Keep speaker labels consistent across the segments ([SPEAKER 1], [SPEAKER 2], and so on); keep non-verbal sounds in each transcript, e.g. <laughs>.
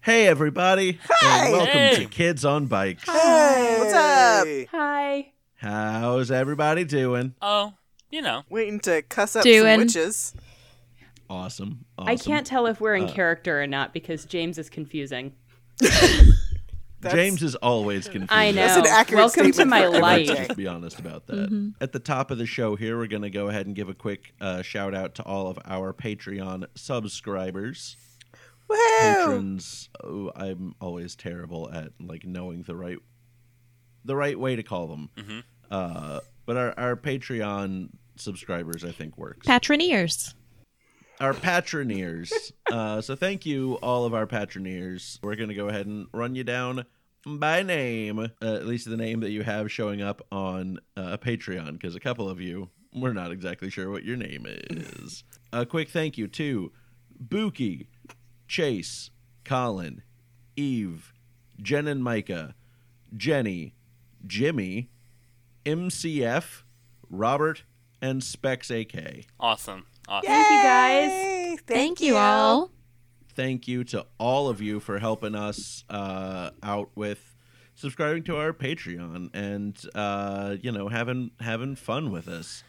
[SPEAKER 1] Hey, everybody.
[SPEAKER 2] Hi.
[SPEAKER 1] And welcome
[SPEAKER 3] Hey.
[SPEAKER 1] to Kids on Bikes.
[SPEAKER 2] Hey, what's up?
[SPEAKER 4] Hi.
[SPEAKER 1] How's everybody doing?
[SPEAKER 3] Oh, you know.
[SPEAKER 2] Waiting to cuss up
[SPEAKER 4] Doing.
[SPEAKER 2] some witches.
[SPEAKER 1] Awesome.
[SPEAKER 4] I
[SPEAKER 1] awesome.
[SPEAKER 4] can't tell if we're in
[SPEAKER 3] Uh.
[SPEAKER 4] character or not because James is confusing.
[SPEAKER 2] That's-
[SPEAKER 1] James is always confused.
[SPEAKER 4] I know.
[SPEAKER 2] That's an accurate
[SPEAKER 4] Welcome to
[SPEAKER 2] statement
[SPEAKER 4] my
[SPEAKER 2] for everything.
[SPEAKER 1] Let's
[SPEAKER 4] life. Mm-hmm.
[SPEAKER 1] just be honest about that. At the top of the show here, we're going to go ahead and give a quick uh, shout out to all of our Patreon subscribers.
[SPEAKER 2] Woohoo!
[SPEAKER 1] Patrons, oh, I'm always terrible at like knowing the right the right way to call them.
[SPEAKER 4] Mm-hmm.
[SPEAKER 1] Uh, but our, our Patreon subscribers, I think, works.
[SPEAKER 5] Patroneers.
[SPEAKER 1] our patroneers. <laughs> uh, so thank you, all of our patroneers. We're going to go ahead and run you down by name, uh, at least the name that you have showing up on uh, Patreon, because a couple of you, we're not exactly sure what your name is. a quick thank you to Buki, Chase, Colin, Eve, Jen and Micah, Jenny, Jimmy, MCF, Robert, and Specs AK.
[SPEAKER 3] Awesome. Awesome.
[SPEAKER 4] Thank you guys.
[SPEAKER 2] Hey, thank,
[SPEAKER 5] Thank, you all.
[SPEAKER 1] thank you to all of you for helping us uh, out with subscribing to our Patreon and uh, you know having having fun with us.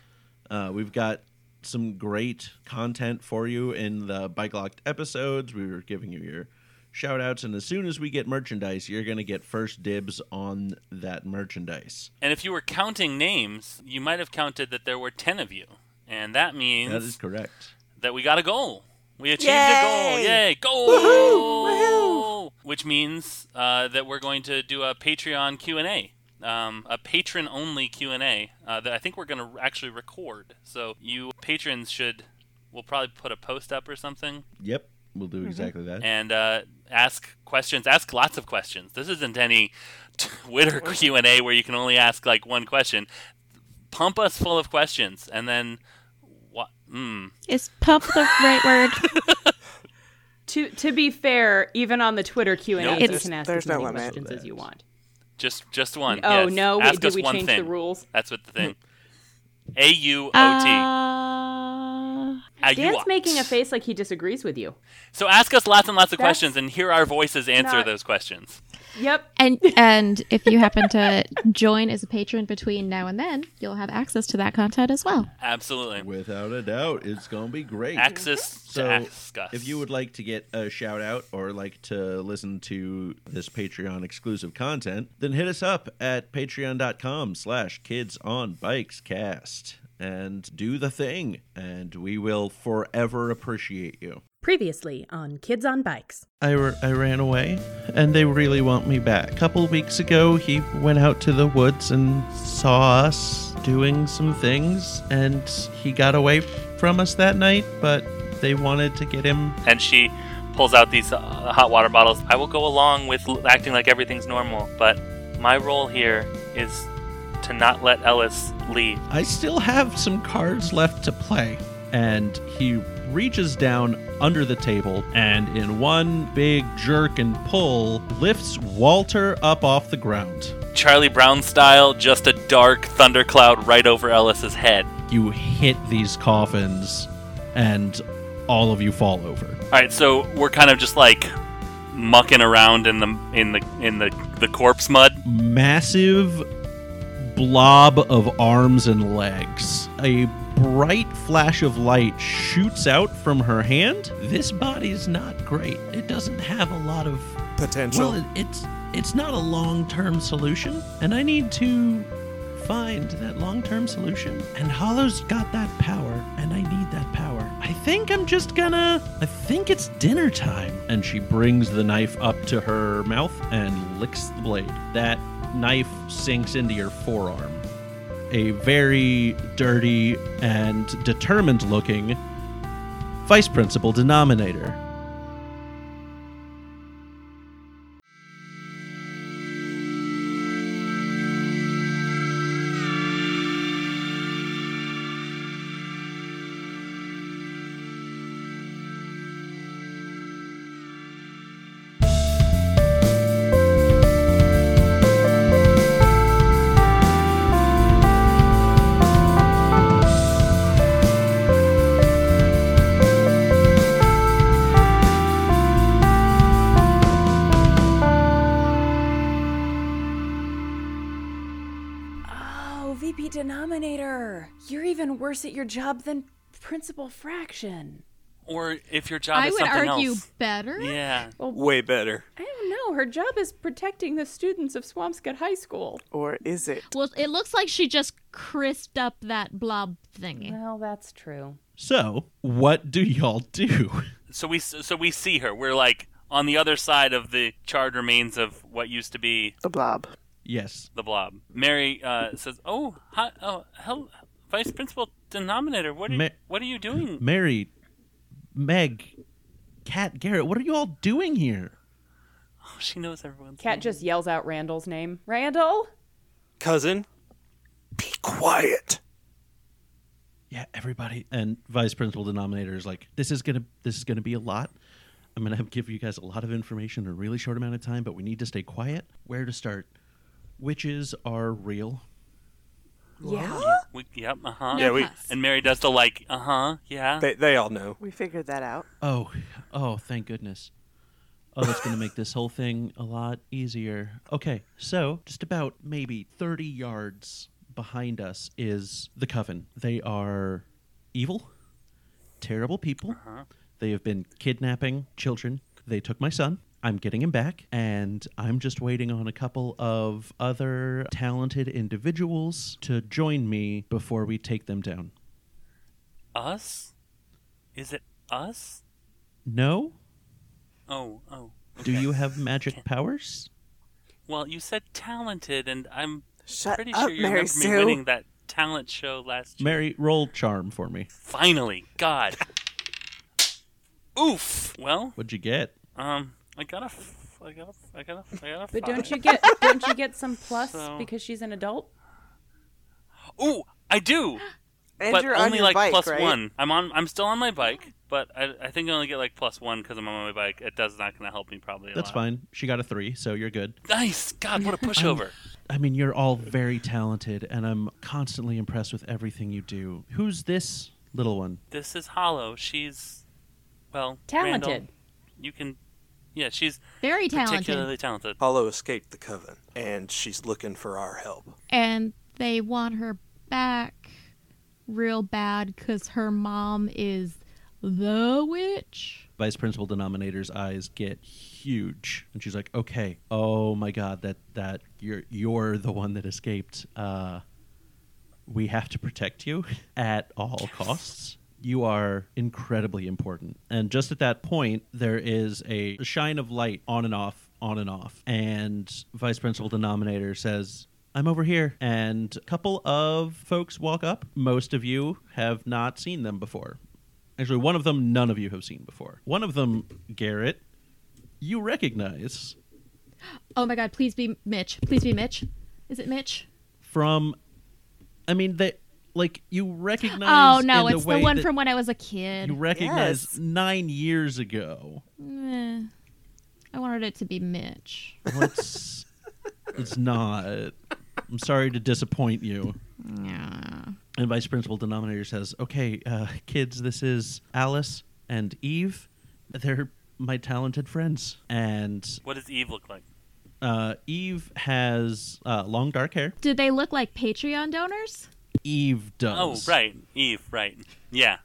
[SPEAKER 1] Uh, we've got some great content for you in the Bike Locked episodes. We were giving you your shout outs, and as soon as we get merchandise, you're going to get first dibs on that merchandise.
[SPEAKER 3] And if you were counting names, you might have counted that there were 10 of you. And that means
[SPEAKER 1] That is correct.
[SPEAKER 3] that we got a goal. We achieved a goal.
[SPEAKER 2] Yay!
[SPEAKER 3] Yay! Goal!
[SPEAKER 2] Woohoo!
[SPEAKER 3] Which means uh, that we're going to do a Patreon Q&A. Um, a patron-only Q&A uh, that I think we're going to actually record. So you patrons should... We'll probably put a post up or something
[SPEAKER 1] Yep, we'll do exactly that.
[SPEAKER 3] and uh, ask questions. Ask lots of questions. This isn't any <laughs> Twitter Q and A where you can only ask like one question. Pump us full of questions, and then what? Mm,
[SPEAKER 5] Is pump the right
[SPEAKER 1] <laughs>
[SPEAKER 5] word?
[SPEAKER 4] To to be fair, even on the Twitter Q and
[SPEAKER 3] Nope.
[SPEAKER 4] A, you
[SPEAKER 2] There's-
[SPEAKER 4] can ask
[SPEAKER 2] there's
[SPEAKER 4] as
[SPEAKER 2] no
[SPEAKER 4] many
[SPEAKER 2] limit.
[SPEAKER 4] questions as you want.
[SPEAKER 3] just just one.
[SPEAKER 4] Oh
[SPEAKER 3] yes.
[SPEAKER 4] no!
[SPEAKER 3] Ask
[SPEAKER 4] Did
[SPEAKER 3] us
[SPEAKER 4] we
[SPEAKER 3] one
[SPEAKER 4] change
[SPEAKER 3] thing.
[SPEAKER 4] the Hmm. rules?
[SPEAKER 3] That's what the thing. A U O T.
[SPEAKER 5] Uh,
[SPEAKER 3] Ayua.
[SPEAKER 4] Dan's making a face like he disagrees with you.
[SPEAKER 3] So ask us lots and lots of
[SPEAKER 4] That's
[SPEAKER 3] questions, and hear our voices answer
[SPEAKER 4] not-
[SPEAKER 3] those questions.
[SPEAKER 4] Yep.
[SPEAKER 5] and and if you happen to join as a patron between now and then, you'll have access to that content as well.
[SPEAKER 3] Absolutely.
[SPEAKER 1] Without a doubt, it's going to be great.
[SPEAKER 4] Mm-hmm.
[SPEAKER 3] Access
[SPEAKER 1] So,
[SPEAKER 3] to ask us.
[SPEAKER 1] If you would like to get a shout out or like to listen to this Patreon exclusive content, then hit us up at patreon.com slash kids on bikes cast and do the thing and we will forever appreciate you.
[SPEAKER 6] Previously on Kids on Bikes.
[SPEAKER 1] I, r- I ran away and they really want me back. A couple weeks ago, he went out to the woods and saw us doing some things and he got away from us that night, but they wanted to get him
[SPEAKER 3] and she pulls out these uh, hot water bottles. I will go along with l- acting like everything's normal, but my role here is to not let Ellis leave.
[SPEAKER 1] I still have some cards left to play. And he reaches down under the table and, in one big jerk and pull, lifts Walter up off the ground.
[SPEAKER 3] Charlie Brown style, just a dark thundercloud right over Ellis's head.
[SPEAKER 1] You hit these coffins, and all of you fall over.
[SPEAKER 3] All right, so we're kind of just like mucking around in the in the in the the corpse mud.
[SPEAKER 1] Massive blob of arms and legs. A bright flash of light shoots out from her hand. This body's not great, it doesn't have a lot of
[SPEAKER 2] Potential.
[SPEAKER 1] Well, it, it's it's not a long-term solution, and I need to find that long-term solution. And Hollow's got that power, and I need that power. I think I'm just gonna. I think it's dinner time. And she brings the knife up to her mouth and licks the blade. That knife sinks into your forearm. A very dirty and determined-looking vice principal denominator.
[SPEAKER 7] creepy Oh, denominator. You're even worse at your job than Principal Fraction.
[SPEAKER 3] Or if your job
[SPEAKER 7] I
[SPEAKER 3] is
[SPEAKER 7] would
[SPEAKER 3] something
[SPEAKER 7] argue
[SPEAKER 3] else.
[SPEAKER 5] better.
[SPEAKER 3] Yeah.
[SPEAKER 8] Way better.
[SPEAKER 4] I don't know. Her job is protecting the students of Swampscott High School.
[SPEAKER 8] Or is it?
[SPEAKER 5] Well, it looks like she just crisped up that blob thingy.
[SPEAKER 7] Well, that's true.
[SPEAKER 1] So, what do y'all do? <laughs>
[SPEAKER 3] So we so we see her. We're like on the other side of the charred remains of what used to be
[SPEAKER 8] the blob.
[SPEAKER 1] Yes.
[SPEAKER 3] The blob. Mary uh, says, "Oh, hi, oh, hell, Vice Principal Denominator, what are
[SPEAKER 1] Ma-
[SPEAKER 3] you, what are you doing?
[SPEAKER 1] Mary, Meg, Cat, Garrett, what are you all doing here?
[SPEAKER 3] Oh, she knows everyone's
[SPEAKER 4] Cat just yells out Randall's name. Randall?
[SPEAKER 8] Cousin, be quiet.
[SPEAKER 1] Yeah, everybody. And vice principal denominator is like, this is gonna, this is gonna be a lot. I'm gonna have, give you guys a lot of information in a really short amount of time, but we need to stay quiet. Where to start? Witches are real.
[SPEAKER 3] Yeah. We, yep. Uh huh.
[SPEAKER 1] No Yeah, we- fuss.
[SPEAKER 3] And Mary does the like. Uh huh. Yeah.
[SPEAKER 8] <laughs> They, they all know.
[SPEAKER 9] We figured that out.
[SPEAKER 1] Oh, oh, thank goodness. Oh, that's going to make this whole thing a lot easier. Okay, so just about maybe 30 yards behind us is the coven. They are evil, terrible people. They have been kidnapping children. They took my son. I'm getting him back, and I'm just waiting on a couple of other talented individuals to join me before we take them down.
[SPEAKER 3] Us? Is it us?
[SPEAKER 1] No?
[SPEAKER 3] Oh. Oh.
[SPEAKER 1] Do you have magic powers?
[SPEAKER 3] Well, you said talented, and I'm
[SPEAKER 9] Shut
[SPEAKER 3] pretty
[SPEAKER 9] up,
[SPEAKER 3] sure you
[SPEAKER 9] Mary
[SPEAKER 3] remember me
[SPEAKER 9] Sue.
[SPEAKER 3] winning that talent show last.
[SPEAKER 1] Mary, roll charm for me.
[SPEAKER 3] Finally, God. Oof. Well,
[SPEAKER 1] What'd you get?
[SPEAKER 3] um, I got a, f- I got a, f- I got a, f- I got a.
[SPEAKER 4] But don't
[SPEAKER 3] five.
[SPEAKER 4] you get don't you get some plus
[SPEAKER 3] So-
[SPEAKER 4] because she's an adult?
[SPEAKER 3] Ooh, I do.
[SPEAKER 9] And
[SPEAKER 3] but
[SPEAKER 9] you're on
[SPEAKER 3] only
[SPEAKER 9] your
[SPEAKER 3] like
[SPEAKER 9] bike,
[SPEAKER 3] plus
[SPEAKER 9] right?
[SPEAKER 3] one. I'm on. I'm still on my bike, but I, I think I only get like plus one because I'm on my bike. It does not going to help me probably. A
[SPEAKER 1] That's
[SPEAKER 3] lot.
[SPEAKER 1] fine. She got a three, so you're good.
[SPEAKER 3] Nice. God, what a pushover.
[SPEAKER 1] I mean, you're all very talented, and I'm constantly impressed with everything you do. Who's this little one?
[SPEAKER 3] this is Hollow. She's well
[SPEAKER 4] Talented.
[SPEAKER 3] Randall, you can, yeah. She's
[SPEAKER 5] Very talented.
[SPEAKER 3] Particularly talented.
[SPEAKER 8] Hollow escaped the coven, and she's looking for our help.
[SPEAKER 5] and they want her back real bad because her mom is the witch.
[SPEAKER 1] Vice Principal Denominator's eyes get huge, and she's like, "Okay, oh my God, that that you're you're the one that escaped. Uh, we have to protect you <laughs> at all costs. You are incredibly important." And just at that point, there is a shine of light on and off, on and off, and Vice Principal Denominator says. I'm over here, and a couple of folks walk up. Most of you have not seen them before. Actually, one of them none of you have seen before. One of them, Garrett, you recognize
[SPEAKER 5] Oh my god, please be Mitch. Please be Mitch. Is it Mitch?
[SPEAKER 1] from. I mean, they like you recognize.
[SPEAKER 5] oh no,
[SPEAKER 1] in
[SPEAKER 5] it's
[SPEAKER 1] the,
[SPEAKER 5] the
[SPEAKER 1] way
[SPEAKER 5] one
[SPEAKER 1] that
[SPEAKER 5] from when I was a kid.
[SPEAKER 1] you recognize nine years ago.
[SPEAKER 5] Meh. Eh. I wanted it to be Mitch.
[SPEAKER 1] What's it's not. I'm sorry to disappoint you.
[SPEAKER 5] Yeah.
[SPEAKER 1] And Vice Principal Denominator says, "Okay, uh, kids, this is Alice and Eve. They're my talented friends, and
[SPEAKER 3] What does Eve look like?
[SPEAKER 1] Uh, Eve has uh, long dark hair.
[SPEAKER 5] Do they look like Patreon donors?
[SPEAKER 1] Eve does.
[SPEAKER 3] Oh, right, Eve. Right. Yeah.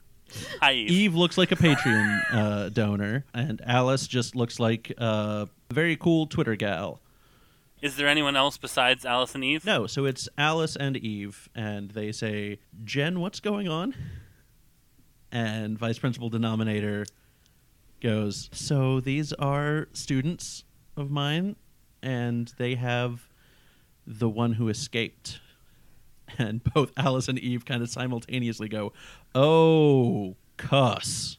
[SPEAKER 3] Hi, Eve.
[SPEAKER 1] Eve looks like a Patreon uh, donor, and Alice just looks like a very cool Twitter gal.
[SPEAKER 3] Is there anyone else besides Alice and Eve?
[SPEAKER 1] No, so it's Alice and Eve, and they say, Jen, what's going on? And Vice Principal Denominator goes, So these are students of mine, and they have the one who escaped. And <laughs> both Alice and Eve kind of simultaneously go, Oh, cuss.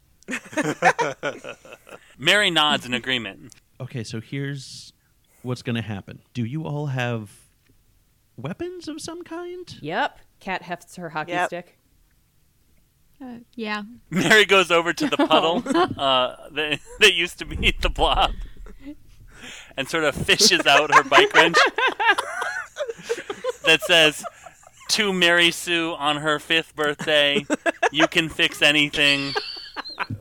[SPEAKER 3] Mary nods in agreement.
[SPEAKER 1] Okay, so here's what's going to happen. Do you all have weapons of some kind?
[SPEAKER 4] Yep. Cat hefts her hockey
[SPEAKER 1] Yep.
[SPEAKER 4] stick.
[SPEAKER 5] Uh, yeah.
[SPEAKER 3] <laughs> Mary goes over to the puddle uh, that, that used to be the blob and sort of fishes out her
[SPEAKER 1] <laughs>
[SPEAKER 3] bike wrench that says, To Mary Sue on her fifth birthday, you can fix anything.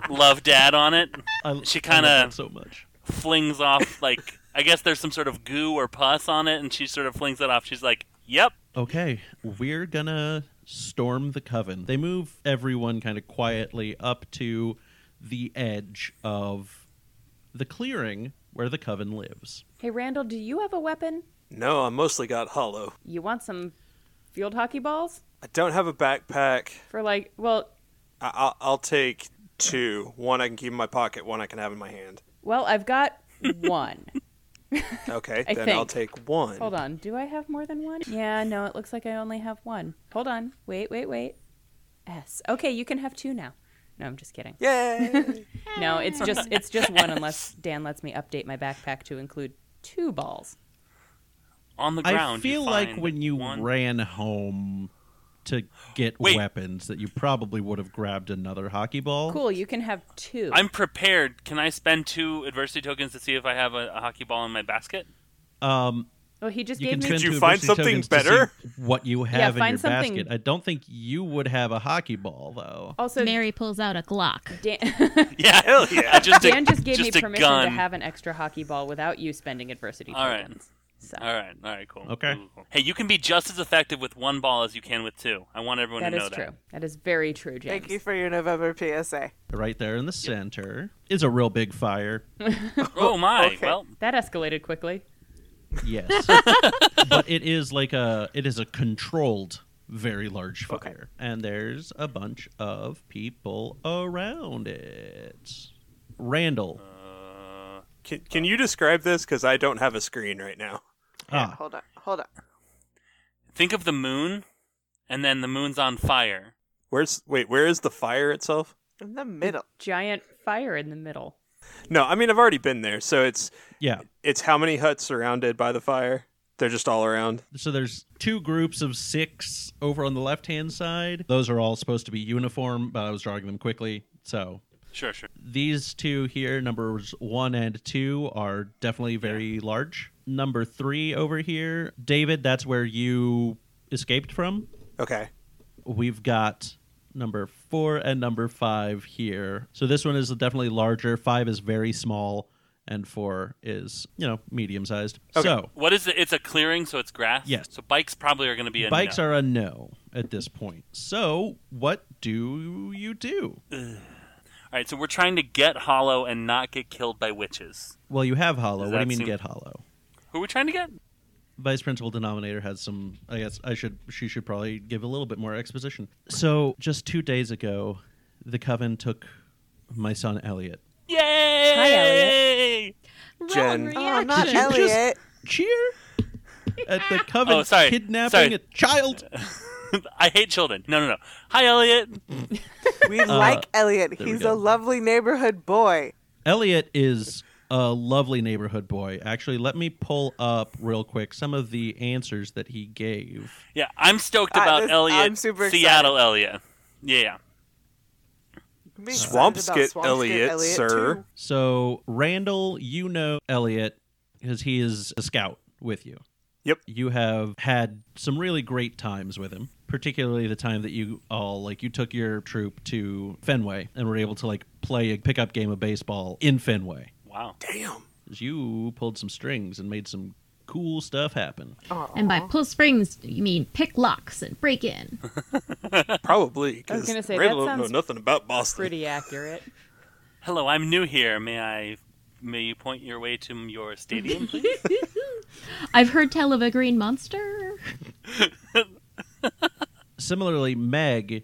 [SPEAKER 3] Love dad on it. she
[SPEAKER 1] Um, I love
[SPEAKER 3] kind of
[SPEAKER 1] that so much.
[SPEAKER 3] flings off, like, I guess there's some sort of goo or pus on it, and she sort of flings it off. She's like, Yep,
[SPEAKER 1] Okay, we're gonna storm the coven. They move everyone kind of quietly up to the edge of the clearing where the coven lives.
[SPEAKER 7] Hey, Randall, do you have a weapon?
[SPEAKER 8] No, I mostly got hollow.
[SPEAKER 7] You want some field hockey balls?
[SPEAKER 8] I don't have a backpack.
[SPEAKER 7] For like, well,
[SPEAKER 8] I- I'll-, I'll take two. One I can keep in my pocket, one I can have in my hand.
[SPEAKER 7] well, I've got
[SPEAKER 3] <laughs>
[SPEAKER 7] one.
[SPEAKER 8] Okay,
[SPEAKER 7] I
[SPEAKER 8] then I'll
[SPEAKER 7] think.
[SPEAKER 8] take one.
[SPEAKER 7] Hold on. Do I have more than one? Yeah, no, it looks like I only have one. Hold on. Wait, wait, wait. S. Okay, you can have two now. No, I'm just kidding. <laughs>
[SPEAKER 8] Yay!
[SPEAKER 7] no, it's just it's
[SPEAKER 3] <laughs>
[SPEAKER 7] just one unless Dan lets me update my backpack to include two balls.
[SPEAKER 3] On the
[SPEAKER 1] I
[SPEAKER 3] ground. you
[SPEAKER 1] feel like
[SPEAKER 3] find
[SPEAKER 1] when you
[SPEAKER 3] one-
[SPEAKER 1] ran home to get
[SPEAKER 3] Wait.
[SPEAKER 1] weapons that you probably would have grabbed another hockey ball.
[SPEAKER 7] Cool, you can have two.
[SPEAKER 3] Oh. I'm prepared. Can I spend two adversity tokens to see if I have a, a hockey ball in my basket? <laughs>
[SPEAKER 1] Um,
[SPEAKER 7] Well, Oh, he just
[SPEAKER 1] you can
[SPEAKER 7] gave me
[SPEAKER 1] spend
[SPEAKER 8] Did you
[SPEAKER 1] two
[SPEAKER 8] find
[SPEAKER 1] adversity
[SPEAKER 8] something
[SPEAKER 1] tokens to see
[SPEAKER 8] better?
[SPEAKER 1] what you
[SPEAKER 7] Yeah,
[SPEAKER 1] have in
[SPEAKER 7] find
[SPEAKER 1] your
[SPEAKER 7] something-
[SPEAKER 1] basket. I don't think you would have a hockey ball though.
[SPEAKER 7] also
[SPEAKER 5] Mary pulls out a Glock.
[SPEAKER 7] Dan,
[SPEAKER 3] Yeah, hell yeah. just a,
[SPEAKER 7] Dan just gave me
[SPEAKER 3] just a
[SPEAKER 7] permission
[SPEAKER 3] gun.
[SPEAKER 7] to have an extra hockey ball without you spending adversity
[SPEAKER 3] All right.
[SPEAKER 7] tokens. So
[SPEAKER 3] All right, all right, cool.
[SPEAKER 1] Okay.
[SPEAKER 3] cool, cool, cool. Hey, you can be just as effective with one ball as you can with two. I want everyone
[SPEAKER 7] that
[SPEAKER 3] to know
[SPEAKER 7] is
[SPEAKER 3] that.
[SPEAKER 7] true. that is very true, James.
[SPEAKER 2] Thank you for your November PSA.
[SPEAKER 8] Oh.
[SPEAKER 1] Right there in the center is a real big fire.
[SPEAKER 3] Oh my!
[SPEAKER 2] Okay.
[SPEAKER 3] Well,
[SPEAKER 7] That escalated quickly.
[SPEAKER 1] Yes. but it is like a it is a controlled very large fire and there's a bunch of people around it. Randall.
[SPEAKER 8] Can, can you describe this? Because I don't have a screen right now.
[SPEAKER 1] ah,
[SPEAKER 2] Hold on, hold on.
[SPEAKER 3] think of the moon, and then the moon's on fire.
[SPEAKER 8] Where's wait? Where is the fire itself?
[SPEAKER 2] In the middle.
[SPEAKER 7] Giant fire in the middle.
[SPEAKER 8] No, I mean I've already been there, so it's
[SPEAKER 1] yeah.
[SPEAKER 8] it's how many huts surrounded by the fire? They're just all around.
[SPEAKER 1] So there's two groups of 6 over on the left-hand side. Those are all supposed to be uniform, but I was drawing them quickly. So
[SPEAKER 3] Sure, sure.
[SPEAKER 1] these two here, numbers one and two, are definitely very large. Number three over here, David, that's where you escaped from.
[SPEAKER 8] Okay.
[SPEAKER 1] We've got number four and number five here. So this one is definitely larger. Five is very small, and four is, you know, medium sized. So
[SPEAKER 3] What is it? It's a clearing, so it's grass.
[SPEAKER 1] Yes.
[SPEAKER 3] So bikes probably are going to be a
[SPEAKER 1] bikes
[SPEAKER 3] no.
[SPEAKER 1] are a no at this point. So what do you do?
[SPEAKER 3] All right. So we're trying to get Hollow and not get killed by witches.
[SPEAKER 1] Well, you have hollow.
[SPEAKER 3] Does
[SPEAKER 1] What do you
[SPEAKER 3] that
[SPEAKER 1] mean
[SPEAKER 3] seem-
[SPEAKER 1] get hollow?
[SPEAKER 3] Who are we trying to get?
[SPEAKER 1] vice principal denominator has some i guess i should she should probably give a little bit more exposition so just two days ago the coven took my son elliot
[SPEAKER 3] Yay!
[SPEAKER 7] Hi,
[SPEAKER 8] Jen.
[SPEAKER 5] Roll
[SPEAKER 2] Oh, not
[SPEAKER 5] reaction.
[SPEAKER 1] Ellie. just-
[SPEAKER 2] Elliot.
[SPEAKER 1] cheer at the coven
[SPEAKER 3] <laughs> Oh, sorry.
[SPEAKER 1] kidnapping
[SPEAKER 3] Sorry.
[SPEAKER 1] a child
[SPEAKER 3] I hate children. No, no, no. Hi, Elliot.
[SPEAKER 2] We like Elliot.
[SPEAKER 1] Ah. we
[SPEAKER 2] He's
[SPEAKER 1] go.
[SPEAKER 2] a lovely neighborhood boy.
[SPEAKER 1] elliot is a lovely neighborhood boy actually let me pull up real quick some of the answers that he gave
[SPEAKER 3] Yeah, I'm stoked
[SPEAKER 2] Uh,
[SPEAKER 3] about
[SPEAKER 2] this-
[SPEAKER 3] Elliot.
[SPEAKER 2] I'm super excited.
[SPEAKER 3] Seattle Elliot. Yeah.
[SPEAKER 2] I'm excited
[SPEAKER 8] Swamp
[SPEAKER 2] about
[SPEAKER 8] Skit
[SPEAKER 2] Swamp Skit
[SPEAKER 8] Elliot, sir.
[SPEAKER 2] too.
[SPEAKER 1] So, Randall, you know Elliot because he is a scout with you.
[SPEAKER 8] Yep.
[SPEAKER 1] You have had some really great times with him, particularly the time that you all, like, you took your troop to Fenway and were able to, like, play a pickup game of baseball in Fenway.
[SPEAKER 3] Wow.
[SPEAKER 8] Damn.
[SPEAKER 1] 'Cause You pulled some strings and made some cool stuff happen.
[SPEAKER 5] And by pull springs, you mean pick locks and break in.
[SPEAKER 7] I
[SPEAKER 8] Probably.
[SPEAKER 7] was
[SPEAKER 8] 'cause
[SPEAKER 7] gonna say, that
[SPEAKER 8] Randall don't know
[SPEAKER 7] sounds
[SPEAKER 8] nothing about
[SPEAKER 3] <laughs>
[SPEAKER 8] Boston.
[SPEAKER 7] Pretty accurate.
[SPEAKER 3] Hello, I'm new here. May I may you point your way to
[SPEAKER 1] <laughs>
[SPEAKER 3] your stadium, please?
[SPEAKER 5] I've heard tell of a green monster.
[SPEAKER 1] Similarly, Meg,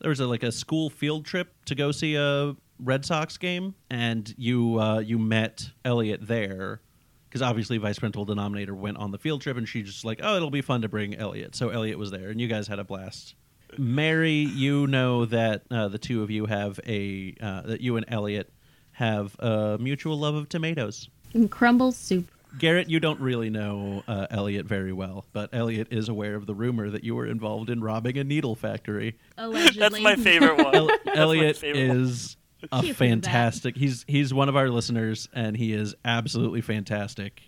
[SPEAKER 1] there was a, like a school field trip to go see a Red Sox game, and you uh, you met Elliot there because obviously Vice Principal Denominator went on the field trip, and she just like, oh, it'll be fun to bring Elliot. So Elliot was there, and you guys had a blast. Mary, you know that uh, the two of you have a uh, that you and Elliot have a mutual love of tomatoes.
[SPEAKER 5] And crumble soup.
[SPEAKER 1] Garrett, you don't really know uh, Elliot very well, but Elliot is aware of the rumor that you were involved in robbing a needle factory.
[SPEAKER 5] Allegedly.
[SPEAKER 3] That's my favorite one.
[SPEAKER 1] El-
[SPEAKER 3] <laughs> That's my
[SPEAKER 1] Elliot
[SPEAKER 3] favorite one. <laughs>
[SPEAKER 1] is a
[SPEAKER 5] Cute
[SPEAKER 1] fantastic. He's he's one of our listeners, and he is absolutely fantastic.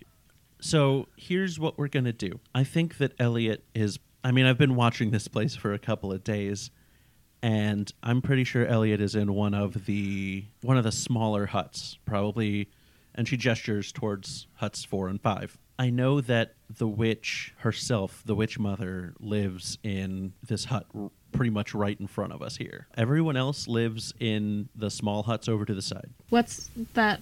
[SPEAKER 1] So here's what we're gonna do. I think that Elliot is. I mean, I've been watching this place for a couple of days, and I'm pretty sure Elliot is in one of the one of the smaller huts, probably. And she gestures towards huts four and five. I I know that the witch herself, the witch mother, lives in this hut r- pretty much right in front of us here. Everyone else lives in the small huts over to the side.
[SPEAKER 5] What's that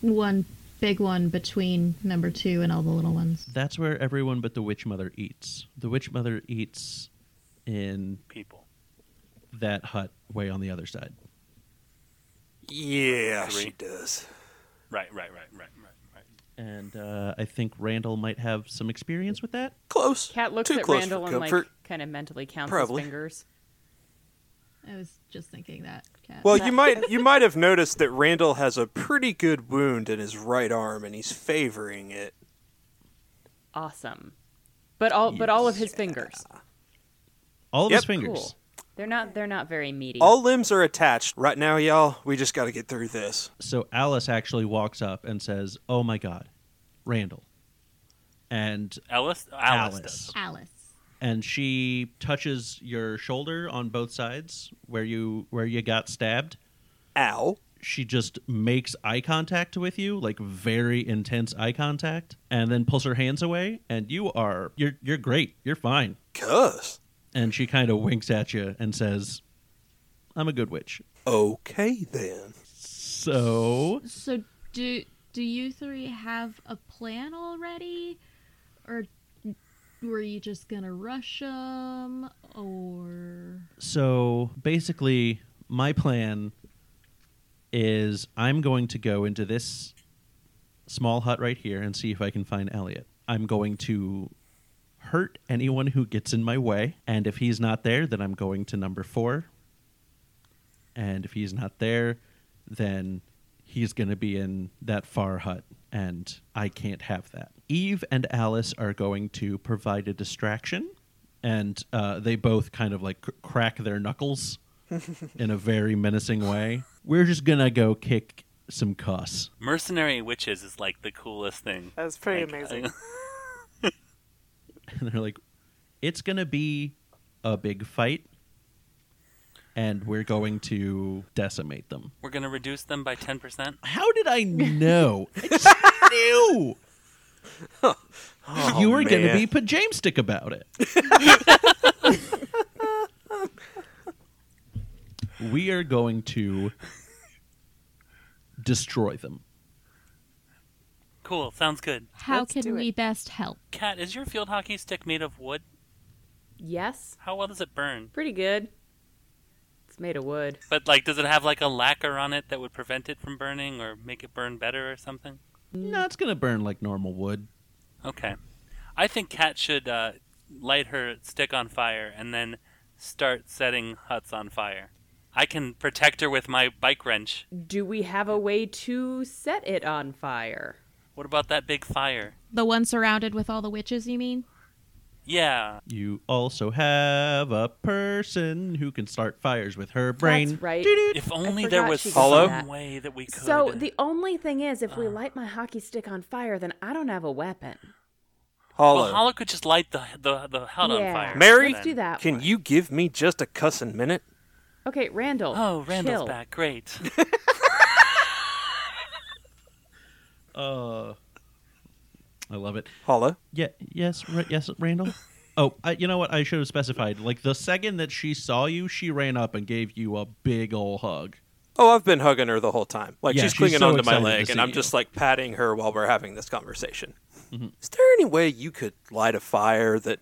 [SPEAKER 5] one big one between number two and all the little ones?
[SPEAKER 1] That's where everyone but the witch mother eats. The witch mother eats in
[SPEAKER 3] people.
[SPEAKER 1] that hut way on the other side.
[SPEAKER 8] Yeah,
[SPEAKER 3] Three.
[SPEAKER 8] she does.
[SPEAKER 3] Right, right, right, right, right, right.
[SPEAKER 1] And uh, I think Randall might have some experience with that.
[SPEAKER 8] Close.
[SPEAKER 7] Cat looks
[SPEAKER 8] Too
[SPEAKER 7] at
[SPEAKER 8] close
[SPEAKER 7] Randall
[SPEAKER 8] for
[SPEAKER 7] and
[SPEAKER 8] comfort.
[SPEAKER 7] like kind of mentally counts
[SPEAKER 8] Probably.
[SPEAKER 7] his fingers.
[SPEAKER 5] I was just thinking that. Cat.
[SPEAKER 8] Well, you might you might have noticed that Randall has a pretty good wound in his right arm, and he's favoring it.
[SPEAKER 7] Awesome. But all but all of his fingers.
[SPEAKER 1] All of his
[SPEAKER 8] Yep.
[SPEAKER 1] fingers.
[SPEAKER 7] Cool. They're not they're not very meaty.
[SPEAKER 8] All limbs are attached right now, y'all. We just got to get through this.
[SPEAKER 1] So Alice actually walks up and says, "Oh my God, Randall," and
[SPEAKER 3] Alice, Alice,
[SPEAKER 1] Alice,
[SPEAKER 3] does.
[SPEAKER 5] Alice.
[SPEAKER 1] and she touches your shoulder on both sides where you where you got stabbed.
[SPEAKER 8] Ow.
[SPEAKER 1] She just makes eye contact with you, like very intense eye contact, and then pulls her hands away. And you are you're you're great. You're fine.
[SPEAKER 8] Cuss.
[SPEAKER 1] And she kind of winks at you and says, "I'm a good witch."
[SPEAKER 8] Okay then.
[SPEAKER 1] So
[SPEAKER 5] So do do you three have a plan already, or were you just gonna rush them? Or
[SPEAKER 1] so basically my plan is i'm going to go into this small hut right here and see if i can find elliot i'm going to hurt anyone who gets in my way and if he's not there then i'm going to number four and if he's not there then he's going to be in that far hut and i can't have that eve and alice are going to provide a distraction and uh, they both kind of like c- crack their knuckles in a very menacing way we're just going to go kick some cuss <laughs>
[SPEAKER 3] Mercenary witches is like the coolest thing.
[SPEAKER 2] That was pretty
[SPEAKER 3] Like,
[SPEAKER 2] amazing.
[SPEAKER 1] and they're like it's going to be a big fight and we're going to decimate them
[SPEAKER 3] <laughs> We're gonna reduce them by ten percent.
[SPEAKER 1] How did I know? I just knew. you were going to
[SPEAKER 8] Oh, man.
[SPEAKER 1] be pajamstick about <laughs> it. we are going to destroy them.
[SPEAKER 3] Cool, sounds good.
[SPEAKER 5] how
[SPEAKER 2] Let's do
[SPEAKER 5] can
[SPEAKER 2] it.
[SPEAKER 5] we best help?
[SPEAKER 3] Cat, is your field hockey stick made of wood?
[SPEAKER 7] Yes.
[SPEAKER 3] How well does it burn?
[SPEAKER 7] Pretty good. It's made of wood.
[SPEAKER 3] But like, does it have like a lacquer on it that would prevent it from burning or make it burn better or something?
[SPEAKER 1] No, it's going to burn like normal wood.
[SPEAKER 3] Okay, I think Cat should uh, light her stick on fire and then start setting huts on fire. I can protect her with my bike wrench.
[SPEAKER 7] Do we have a way to set it on fire?
[SPEAKER 3] What about that big fire?
[SPEAKER 5] The one surrounded with all the witches, you mean?
[SPEAKER 3] Yeah,
[SPEAKER 1] You also have a person who can start fires with her brain.
[SPEAKER 7] That's right.
[SPEAKER 3] if only there
[SPEAKER 7] forgot
[SPEAKER 3] was
[SPEAKER 7] she could
[SPEAKER 8] do Hollow?
[SPEAKER 3] some
[SPEAKER 7] that.
[SPEAKER 3] way that we could. Uh.
[SPEAKER 7] So the only thing is, if we light my hockey stick on fire, then I don't have a weapon.
[SPEAKER 8] Hollow.
[SPEAKER 3] well, Hollow could just light the the the hut on
[SPEAKER 7] Yeah.
[SPEAKER 3] fire.
[SPEAKER 8] Mary?
[SPEAKER 7] Let's do that.
[SPEAKER 8] Can
[SPEAKER 7] one.
[SPEAKER 8] you give me just a cussing minute?
[SPEAKER 7] Okay, Randall.
[SPEAKER 3] Oh, Randall's
[SPEAKER 7] chill.
[SPEAKER 3] back. Great.
[SPEAKER 1] Uh, I love it.
[SPEAKER 8] Hollow.
[SPEAKER 1] Yeah. Yes. Ra- yes, Randall. Oh, I, you know what? I should have specified. Like the second that she saw you, she ran up and gave you a big ol' hug.
[SPEAKER 8] Oh, I've been hugging her the whole time. Like
[SPEAKER 1] Yeah,
[SPEAKER 8] she's
[SPEAKER 1] she's
[SPEAKER 8] clinging
[SPEAKER 1] so
[SPEAKER 8] onto my
[SPEAKER 1] excited to
[SPEAKER 8] leg,
[SPEAKER 1] see
[SPEAKER 8] and I'm
[SPEAKER 1] you. Mm-hmm.
[SPEAKER 8] just like patting her while we're having this conversation. Is there any way you could light a fire that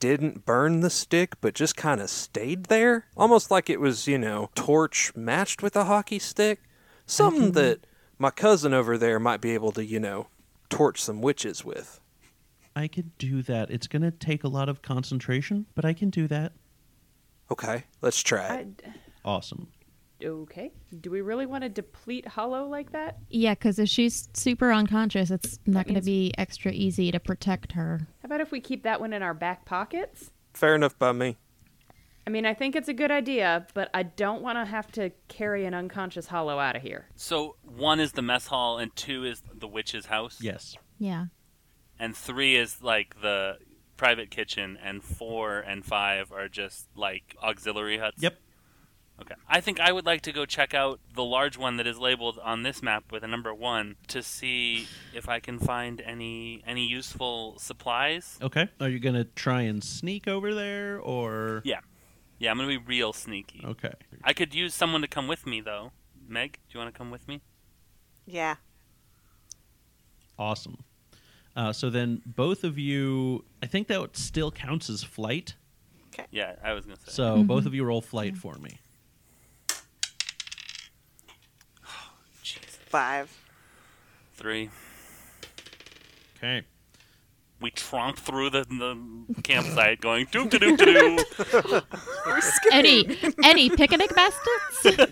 [SPEAKER 8] didn't burn the stick, but just kind of stayed there, almost like it was, you know, torch matched with a hockey stick?
[SPEAKER 1] Mm-hmm.
[SPEAKER 8] Something that my cousin over there might be able to, you know, torch some witches with.
[SPEAKER 1] I can do that. It's gonna take a lot of concentration, but I can do that.
[SPEAKER 8] Okay, let's try it.
[SPEAKER 1] Awesome.
[SPEAKER 7] Okay. Do we really want to deplete Hollow like that?
[SPEAKER 5] Yeah, because if she's super unconscious, it's not going to
[SPEAKER 7] means-
[SPEAKER 5] be extra easy to protect her.
[SPEAKER 7] How about if we keep that one in our back pockets?
[SPEAKER 8] Fair enough by me.
[SPEAKER 7] I mean, I think it's a good idea, but I don't want to have to carry an unconscious Hollow out of here.
[SPEAKER 3] So one is the mess hall, and two is the witch's house.
[SPEAKER 1] Yes.
[SPEAKER 5] Yeah.
[SPEAKER 3] And three is like the private kitchen, and four and five are just like auxiliary huts.
[SPEAKER 1] Yep.
[SPEAKER 3] Okay. I think I would like to go check out the large one that is labeled on this map with a number one to see if I can find any any useful supplies.
[SPEAKER 1] Okay. Are you gonna try and sneak over there or?
[SPEAKER 3] Yeah. Yeah, I'm gonna be real sneaky.
[SPEAKER 1] Okay.
[SPEAKER 3] I could use someone to come with me though. Meg, do you want to come with me?
[SPEAKER 2] Yeah.
[SPEAKER 1] Awesome. Uh, so then both of you, I think that still counts as flight.
[SPEAKER 3] Yeah, I was gonna say.
[SPEAKER 1] So both of you roll flight for me.
[SPEAKER 2] Five.
[SPEAKER 3] Three.
[SPEAKER 1] Okay.
[SPEAKER 3] We tromp through the, the campsite, going doop to doop to
[SPEAKER 1] <laughs>
[SPEAKER 3] doo.
[SPEAKER 5] <laughs> Any any picnic baskets?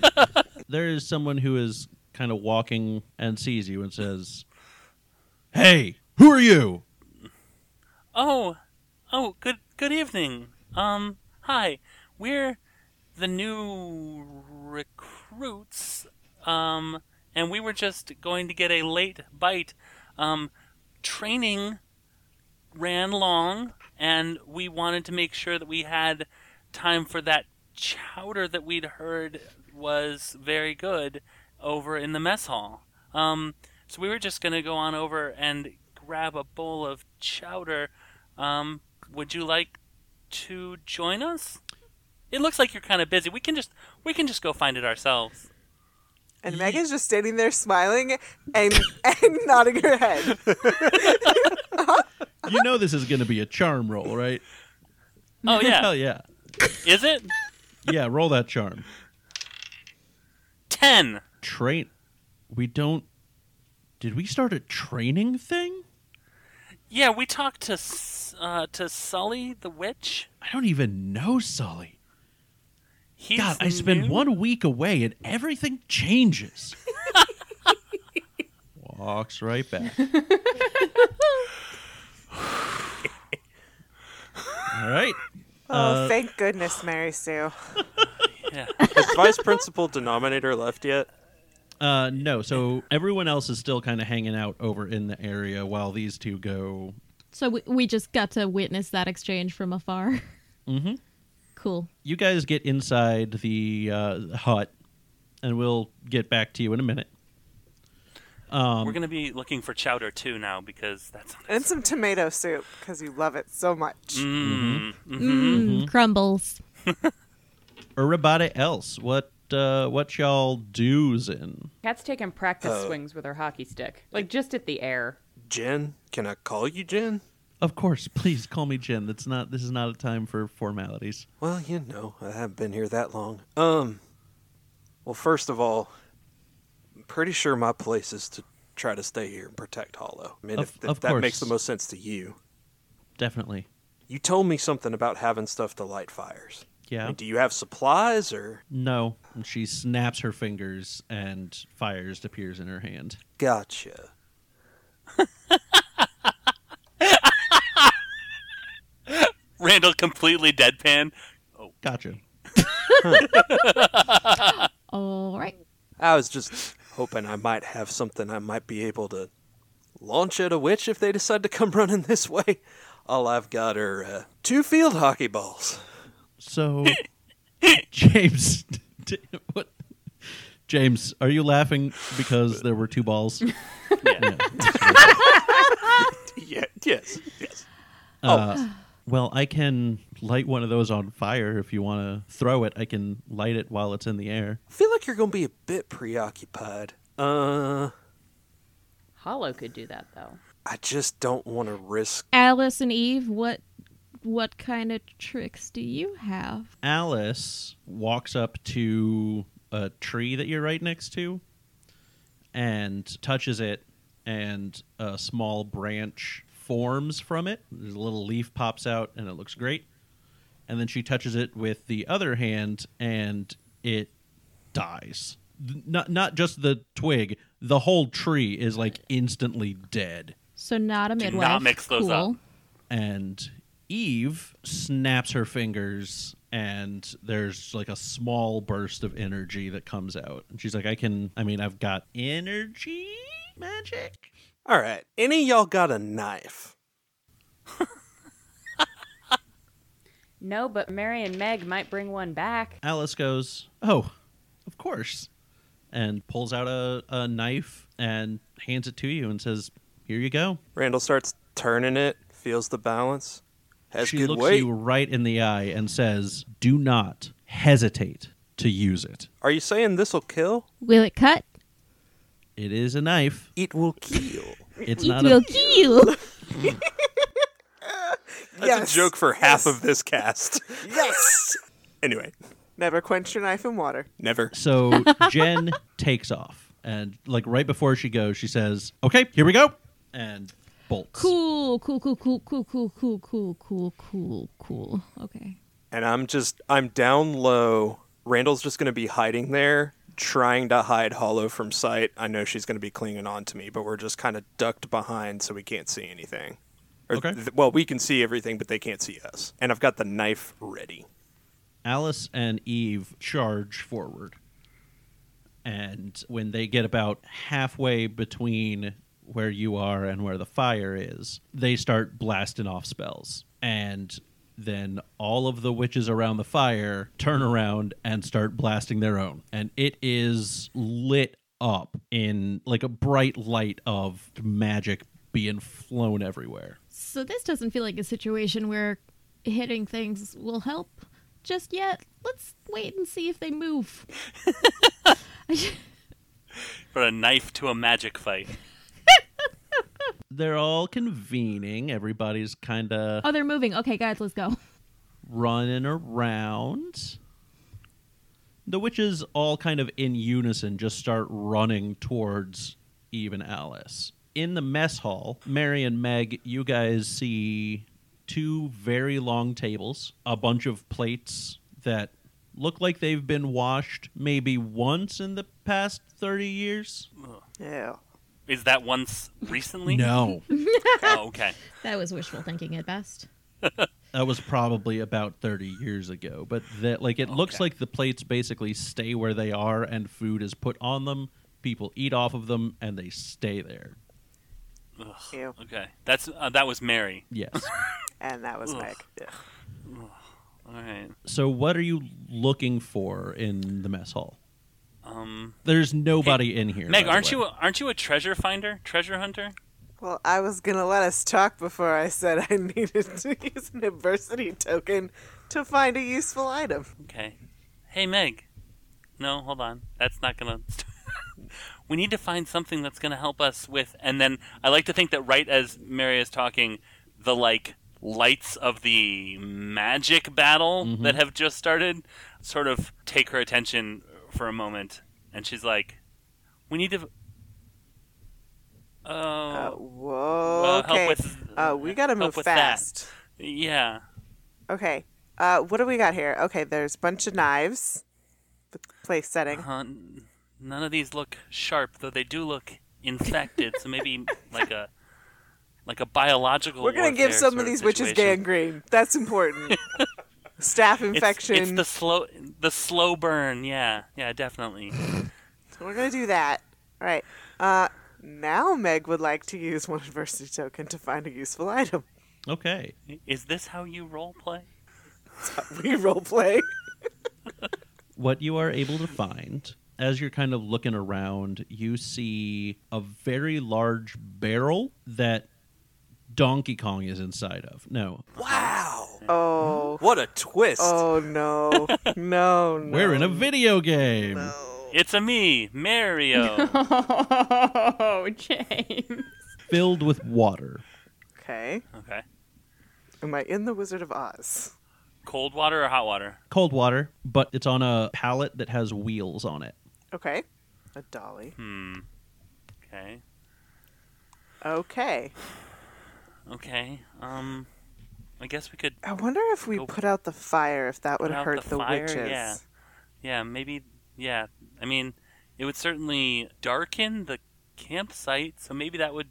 [SPEAKER 1] There is someone who is kind of walking and sees you and says, "Hey, who are you?"
[SPEAKER 3] Oh, oh, good good evening. Um, hi. We're the new recruits. Um, and we were just going to get a late bite. Um, training ran long, and we wanted to make sure that we had time for that chowder that we'd heard was very good over in the mess hall. Um, so we were just going to go on over and grab a bowl of chowder. Um, would you like to join us? It looks like you're kind of busy. We can just we can just go find
[SPEAKER 1] <laughs>
[SPEAKER 3] it ourselves.
[SPEAKER 2] And Megan's just standing there smiling and <laughs> and nodding her head.
[SPEAKER 1] You know this is going to be a charm roll, right?
[SPEAKER 3] Oh
[SPEAKER 1] <laughs>
[SPEAKER 3] yeah,
[SPEAKER 1] Hell yeah.
[SPEAKER 3] is it
[SPEAKER 1] Yeah, roll that charm.
[SPEAKER 3] ten?
[SPEAKER 1] Train. We don't. Did we start a training thing?
[SPEAKER 3] Yeah, we talked to S- uh, to Sully the witch.
[SPEAKER 1] I don't even know Sully.
[SPEAKER 3] He's
[SPEAKER 1] God, I spend
[SPEAKER 3] new.
[SPEAKER 1] one week away and everything changes. Walks right back. All right.
[SPEAKER 2] Oh,
[SPEAKER 3] Uh,
[SPEAKER 2] thank goodness, Mary Sue.
[SPEAKER 3] Yeah.
[SPEAKER 8] Has vice principal denominator left yet?
[SPEAKER 1] Uh, no, so everyone else is still kind of hanging out over in the area while these two go.
[SPEAKER 5] <laughs> so we, we just got to witness that exchange from afar. Mm-hmm. Cool.
[SPEAKER 1] You guys get inside the uh, hut, and we'll get back to you in a minute.
[SPEAKER 3] We're gonna be looking for chowder too now because that's
[SPEAKER 2] And some tomato soup because you love it so much.
[SPEAKER 5] Mm, crumbles.
[SPEAKER 1] Everybody else, what uh, what y'all do's in?
[SPEAKER 7] Cat's taking practice
[SPEAKER 3] Uh.
[SPEAKER 7] swings with her hockey stick, like just at the air.
[SPEAKER 8] Jen, can I call you Jen?
[SPEAKER 1] Of course, please call me Jen. That's not. This is not a time for formalities.
[SPEAKER 8] Well, you know, I haven't been here that long. Um, well, first of all, I'm pretty sure my place is to try to stay here and protect Hollow. I mean,
[SPEAKER 1] Of-
[SPEAKER 8] if, if
[SPEAKER 1] of
[SPEAKER 8] that makes
[SPEAKER 1] course.
[SPEAKER 8] the most sense to you.
[SPEAKER 1] Definitely.
[SPEAKER 8] You told me something about having stuff to light fires. I
[SPEAKER 1] Yeah.
[SPEAKER 8] mean, do you have supplies or?
[SPEAKER 1] No. And she snaps her fingers, and fire just appears in her hand.
[SPEAKER 8] Gotcha.
[SPEAKER 3] <laughs> Randall completely deadpan.
[SPEAKER 1] Gotcha.
[SPEAKER 5] All right.
[SPEAKER 8] I was just hoping I might have something I might be able to launch at a witch if they decide to come <laughs> running this way. All I've got are uh, two field hockey balls.
[SPEAKER 1] So, James, d- what? James, are you laughing because there were two balls?
[SPEAKER 3] Yeah.
[SPEAKER 8] <laughs> Yeah, yes, yes.
[SPEAKER 1] Well, I can light one of those on fire if you want to throw it. I can light it while it's in the air.
[SPEAKER 8] I feel like you're going to be a bit preoccupied. Uh,
[SPEAKER 7] Hollow could do that though.
[SPEAKER 8] I just don't want to risk.
[SPEAKER 5] Alice and Eve, what what kind of tricks do you have?
[SPEAKER 1] Alice walks up to a tree that you're right next to and touches it, and a small branch forms from it. There's a little leaf pops out, and it looks great. And then she touches it with the other hand, and it dies. Th- Not not just the twig, the whole tree is like instantly dead.
[SPEAKER 5] So not a midwife.
[SPEAKER 3] not mix those
[SPEAKER 5] cool.
[SPEAKER 3] up.
[SPEAKER 1] and Eve snaps her fingers and there's like a small burst of energy that comes out. And she's like, I can I mean I've got energy magic.
[SPEAKER 8] All right, any of y'all got a knife?
[SPEAKER 7] No, but Mary and Meg might bring one back.
[SPEAKER 1] Alice goes, Oh, of course. And pulls out a, a knife and hands it to you and says, Here you go.
[SPEAKER 8] Randall starts turning it, feels the balance, has
[SPEAKER 1] she
[SPEAKER 8] good
[SPEAKER 1] looks
[SPEAKER 8] weight.
[SPEAKER 1] you right in the eye and says, Do not hesitate to use it.
[SPEAKER 8] Are you saying this will kill?
[SPEAKER 5] Will it cut?
[SPEAKER 1] It is a knife.
[SPEAKER 8] It will kill.
[SPEAKER 1] It's
[SPEAKER 5] It
[SPEAKER 1] not
[SPEAKER 5] will
[SPEAKER 1] a
[SPEAKER 5] kill.
[SPEAKER 8] That's
[SPEAKER 2] Yes.
[SPEAKER 8] a joke for half of this cast.
[SPEAKER 2] Yes.
[SPEAKER 8] <laughs> anyway,
[SPEAKER 2] Never quench your knife in water.
[SPEAKER 8] never.
[SPEAKER 1] So Jen takes off. And like right before she goes, she says, Okay, here we go. And bolts.
[SPEAKER 5] cool, cool, cool, cool, cool, cool, cool, cool, cool, cool, cool. Okay.
[SPEAKER 8] And I'm just I'm down low. Randall's just gonna be hiding there, trying to hide Hollow from sight. I know she's gonna be clinging on to me, but we're just kind of ducked behind so we can't see anything. Or
[SPEAKER 1] Okay.
[SPEAKER 8] th- well, we can see everything, but they can't see us. And I've got the knife ready.
[SPEAKER 1] Alice and Eve charge forward. And when they get about halfway between where you are and where the fire is, they start blasting off spells. And then all of the witches around the fire turn around and start blasting their own. And it is lit up in like a bright light of magic being flown everywhere.
[SPEAKER 5] So this doesn't feel like a situation where hitting things will help just yet. Let's wait and see if they move.
[SPEAKER 3] But a knife to a magic fight.
[SPEAKER 1] They're all convening. Everybody's kind of
[SPEAKER 5] Oh, they're moving. Okay, guys, let's go.
[SPEAKER 1] running around. The witches all kind of in unison just start running towards Eve and Alice. In the mess hall, Mary and Meg, you guys see two very long tables, a bunch of plates that look like they've been washed maybe once in the past 30 years.
[SPEAKER 2] Yeah.
[SPEAKER 3] Is that once recently?
[SPEAKER 1] No. <laughs>
[SPEAKER 3] Oh, okay.
[SPEAKER 5] That was wishful thinking at best.
[SPEAKER 1] That was probably about 30 years ago, but that like it looks
[SPEAKER 3] Okay.
[SPEAKER 1] like the plates basically stay where they are and food is put on them, people eat off of them and they stay there.
[SPEAKER 2] Ew.
[SPEAKER 3] Okay. That's uh, that was Mary. <laughs>
[SPEAKER 1] Yes.
[SPEAKER 2] And that was Meg. Yeah.
[SPEAKER 3] All right.
[SPEAKER 1] so what are you looking for in the mess hall?
[SPEAKER 3] Um,
[SPEAKER 1] There's nobody in here. by
[SPEAKER 3] Meg,
[SPEAKER 1] the
[SPEAKER 3] aren't
[SPEAKER 1] way.
[SPEAKER 3] you a, aren't you a treasure finder, treasure hunter?
[SPEAKER 2] Well, I was gonna let us talk before I said I <laughs> needed to use an adversity token to find a useful item.
[SPEAKER 3] Okay. Hey, Meg. No, hold on. That's not gonna. <laughs> we need to find something that's gonna help us with. And then I like to think that right as Mary is talking, the like lights of the magic battle that have just started sort of take her attention for a moment, and she's like, "We need to."
[SPEAKER 2] Uh,
[SPEAKER 3] Oh,
[SPEAKER 2] whoa.
[SPEAKER 3] help
[SPEAKER 2] Okay.
[SPEAKER 3] with-
[SPEAKER 2] uh, we gotta
[SPEAKER 3] help
[SPEAKER 2] move
[SPEAKER 3] with that.
[SPEAKER 2] fast.
[SPEAKER 3] yeah.
[SPEAKER 2] Okay. Uh, what do we got here? Okay, there's a bunch of knives. The place setting.
[SPEAKER 3] Huh, Uh, n- none of these look sharp, though they do look infected. so maybe <laughs> like a like a biological.
[SPEAKER 2] We're gonna
[SPEAKER 3] warfare
[SPEAKER 2] give some
[SPEAKER 3] sort
[SPEAKER 2] of
[SPEAKER 3] of
[SPEAKER 2] these witches
[SPEAKER 3] situation.
[SPEAKER 2] gangrene. That's
[SPEAKER 3] <laughs>
[SPEAKER 2] important. Staph
[SPEAKER 3] It's-
[SPEAKER 2] infection.
[SPEAKER 3] It's, the slow the slow burn. Yeah, yeah, definitely.
[SPEAKER 2] We're gonna do that. All right. Uh, now Meg would like to use one adversity token to find a useful item.
[SPEAKER 1] Okay.
[SPEAKER 3] Is this how you role play?
[SPEAKER 2] We roleplay.
[SPEAKER 1] what you are able to find as you're kind of looking around you see a very large barrel that donkey kong is inside of no
[SPEAKER 8] Wow.
[SPEAKER 2] Oh.
[SPEAKER 8] What a twist.
[SPEAKER 2] Oh
[SPEAKER 3] <laughs>
[SPEAKER 2] no. No. no.
[SPEAKER 1] we're in a video game
[SPEAKER 3] It's a me, Mario.
[SPEAKER 7] Oh, James.
[SPEAKER 1] filled with water
[SPEAKER 2] Okay.
[SPEAKER 3] okay.
[SPEAKER 2] Am I in the Wizard of Oz?
[SPEAKER 3] Cold water or hot water?
[SPEAKER 1] cold water but it's on a pallet that has wheels on it
[SPEAKER 2] Okay. A dolly.
[SPEAKER 3] Hmm. Okay.
[SPEAKER 2] Okay.
[SPEAKER 3] Okay. Um. I guess we could.
[SPEAKER 2] I wonder if we
[SPEAKER 3] Go-
[SPEAKER 2] put out the fire if that would
[SPEAKER 3] Put out
[SPEAKER 2] hurt
[SPEAKER 3] the
[SPEAKER 2] the,
[SPEAKER 3] fire?
[SPEAKER 2] witches.
[SPEAKER 3] Yeah. Yeah. Maybe. Yeah. I mean, it would certainly darken the campsite, so maybe that would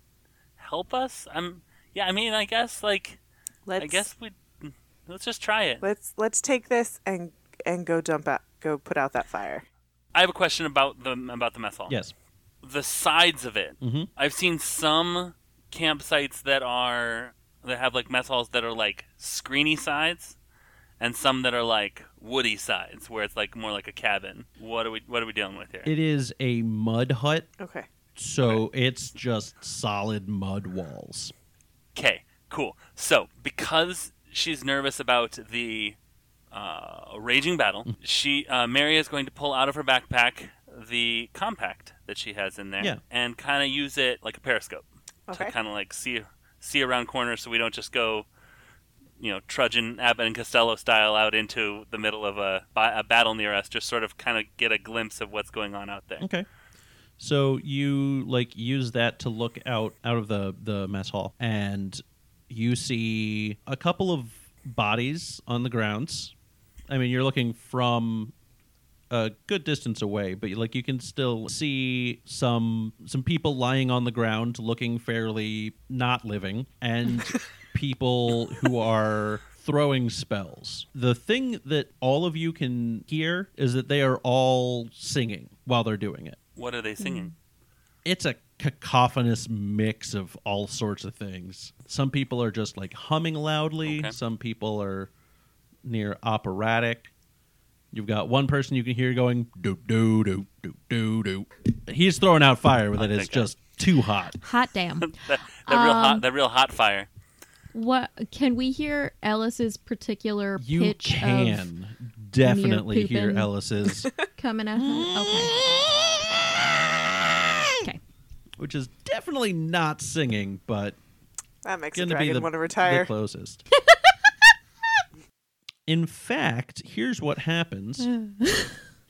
[SPEAKER 3] help us. I'm. Yeah. I mean, I guess like.
[SPEAKER 2] Let's
[SPEAKER 3] I guess we. would Let's just try it.
[SPEAKER 2] let's let's take this and and go dump out go put out that fire.
[SPEAKER 3] I have a question about the about the mess hall.
[SPEAKER 1] yes
[SPEAKER 3] the sides of it.
[SPEAKER 1] Mhm.
[SPEAKER 3] I've seen some campsites that are that have like mess halls that are like screeny sides, and some that are like woody sides, where it's like more like a cabin. What are we What are we dealing with here?
[SPEAKER 1] It is a mud hut,
[SPEAKER 2] Okay.
[SPEAKER 1] so it's just solid mud walls.
[SPEAKER 3] Okay, cool. So because she's nervous about the uh, raging
[SPEAKER 1] Mm.
[SPEAKER 3] battle, she uh, Mary is going to pull out of her backpack the compact that she has in there
[SPEAKER 1] Yeah.
[SPEAKER 3] and kind of use it like a periscope
[SPEAKER 2] Okay.
[SPEAKER 3] to kind of like see see around corners, so we don't just go. You know, trudging Abbott and Costello style out into the middle of a, bi- a battle near us, just sort of kind of get a glimpse of what's going on out there.
[SPEAKER 1] Okay. So you like use that to look out out of the the mess hall, and you see a couple of bodies on the grounds. I mean, you're looking from a good distance away, but like you can still see some some people lying on the ground, looking fairly not living, and people who are throwing spells. The thing that all of you can hear is that they are all singing while they're doing it
[SPEAKER 3] What are they singing?
[SPEAKER 1] it's a cacophonous mix of all sorts of things. Some people are just like humming loudly,
[SPEAKER 3] Okay.
[SPEAKER 1] some people are near operatic. You've got one person you can hear going doop doo doop doop doo doop. He's throwing out fire with
[SPEAKER 3] I
[SPEAKER 1] it. It's
[SPEAKER 3] think I-
[SPEAKER 1] just too hot.
[SPEAKER 5] Hot damn.
[SPEAKER 3] That, that real
[SPEAKER 5] Um,
[SPEAKER 3] hot, that real hot fire.
[SPEAKER 5] What can we hear Ellis's particular
[SPEAKER 1] You
[SPEAKER 5] pitch of
[SPEAKER 1] can definitely hear
[SPEAKER 5] pooping. <laughs>
[SPEAKER 1] Ellis's,
[SPEAKER 5] coming at her? Okay. Okay.
[SPEAKER 1] which is definitely not singing, but
[SPEAKER 2] That makes a
[SPEAKER 1] going to be
[SPEAKER 2] dragon
[SPEAKER 1] the,
[SPEAKER 2] want to
[SPEAKER 1] the
[SPEAKER 2] retire.
[SPEAKER 1] closest. In fact, here's what happens.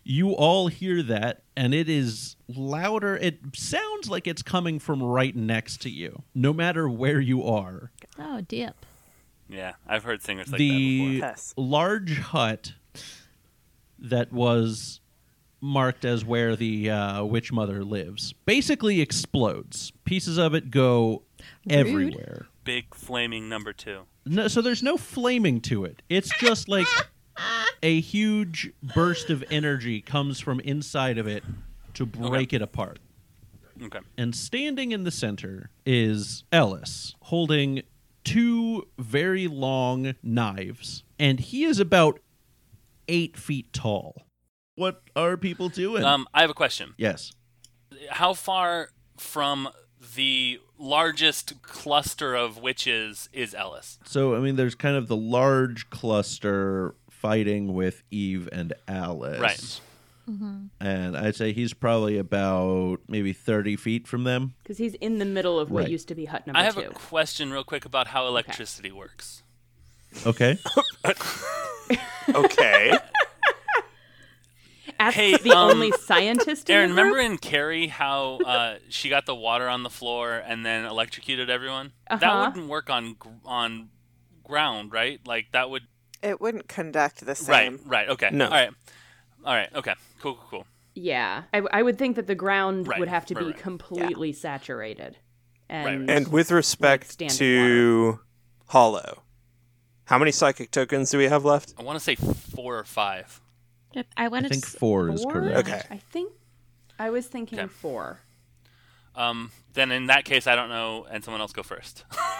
[SPEAKER 1] you all hear that, and it is louder. It sounds like it's coming from right next to you, no matter where you are.
[SPEAKER 5] Oh, dip.
[SPEAKER 3] Yeah, I've heard singers like that
[SPEAKER 1] the
[SPEAKER 3] before.
[SPEAKER 2] Yes.
[SPEAKER 1] large hut that was marked as where the uh, witch mother lives basically explodes. Pieces of it go everywhere.
[SPEAKER 3] Big flaming number two.
[SPEAKER 1] No, so there's no flaming to it. It's just like a huge burst of energy comes from inside of it to break it apart.
[SPEAKER 3] Okay.
[SPEAKER 1] And standing in the center is Ellis holding two very long knives, and he is about eight feet tall.
[SPEAKER 10] What are people doing?
[SPEAKER 3] Um, I have a question.
[SPEAKER 10] yes.
[SPEAKER 3] How far from the largest cluster of witches is Ellis?
[SPEAKER 10] So I mean, there's kind of the large cluster fighting with Eve and Alice,
[SPEAKER 3] Right.
[SPEAKER 10] And I'd say he's probably about maybe thirty feet from them.
[SPEAKER 7] Because he's in the middle of what
[SPEAKER 10] Right.
[SPEAKER 7] used to be hut number
[SPEAKER 3] I have
[SPEAKER 7] two.
[SPEAKER 3] a question, real quick, about how electricity works.
[SPEAKER 10] Okay.
[SPEAKER 8] Okay.
[SPEAKER 7] Ask
[SPEAKER 3] Hey,
[SPEAKER 7] the
[SPEAKER 3] um,
[SPEAKER 7] only scientist in
[SPEAKER 3] Aaron,
[SPEAKER 7] the group?
[SPEAKER 3] remember in Carrie how uh, she got the water on the floor and then electrocuted everyone? That
[SPEAKER 7] Uh-huh.
[SPEAKER 3] wouldn't work on gr- on ground, right? Like that would.
[SPEAKER 2] It wouldn't conduct the
[SPEAKER 3] Right.
[SPEAKER 2] same.
[SPEAKER 3] Right. Okay.
[SPEAKER 8] No.
[SPEAKER 3] All right. All right. Okay. Cool. Cool. Cool.
[SPEAKER 7] Yeah, I, I would think that the ground
[SPEAKER 3] Right,
[SPEAKER 7] would have to
[SPEAKER 3] right,
[SPEAKER 7] be
[SPEAKER 3] right.
[SPEAKER 7] completely saturated.
[SPEAKER 3] right.
[SPEAKER 7] And
[SPEAKER 8] and with respect
[SPEAKER 7] standing
[SPEAKER 8] to Hollow, how many psychic tokens do we have left?
[SPEAKER 3] I want to say four or five.
[SPEAKER 5] Yep, I
[SPEAKER 10] I
[SPEAKER 5] wanted
[SPEAKER 10] think
[SPEAKER 5] to. s-
[SPEAKER 10] four is
[SPEAKER 7] four?
[SPEAKER 10] correct.
[SPEAKER 8] Okay.
[SPEAKER 7] I think I was thinking
[SPEAKER 3] Okay.
[SPEAKER 7] four.
[SPEAKER 3] Um, then in that case, I don't know, and someone else go first. <laughs>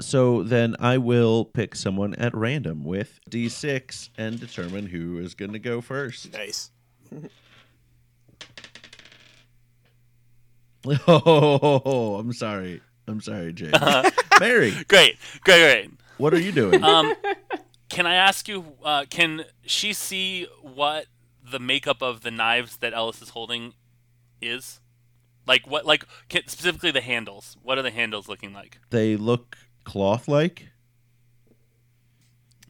[SPEAKER 10] So then I will pick someone at random with D6 and determine who is going to go first. <laughs>
[SPEAKER 8] Nice.
[SPEAKER 10] Oh, I'm sorry. I'm sorry, Jay. Mary,
[SPEAKER 3] great, great, great.
[SPEAKER 10] what are you doing?
[SPEAKER 3] Um, can I ask you? Uh, can she see what the makeup of the knives that Ellis is holding is? Like what? Like can, specifically the handles. What are the handles looking like?
[SPEAKER 10] they look cloth like.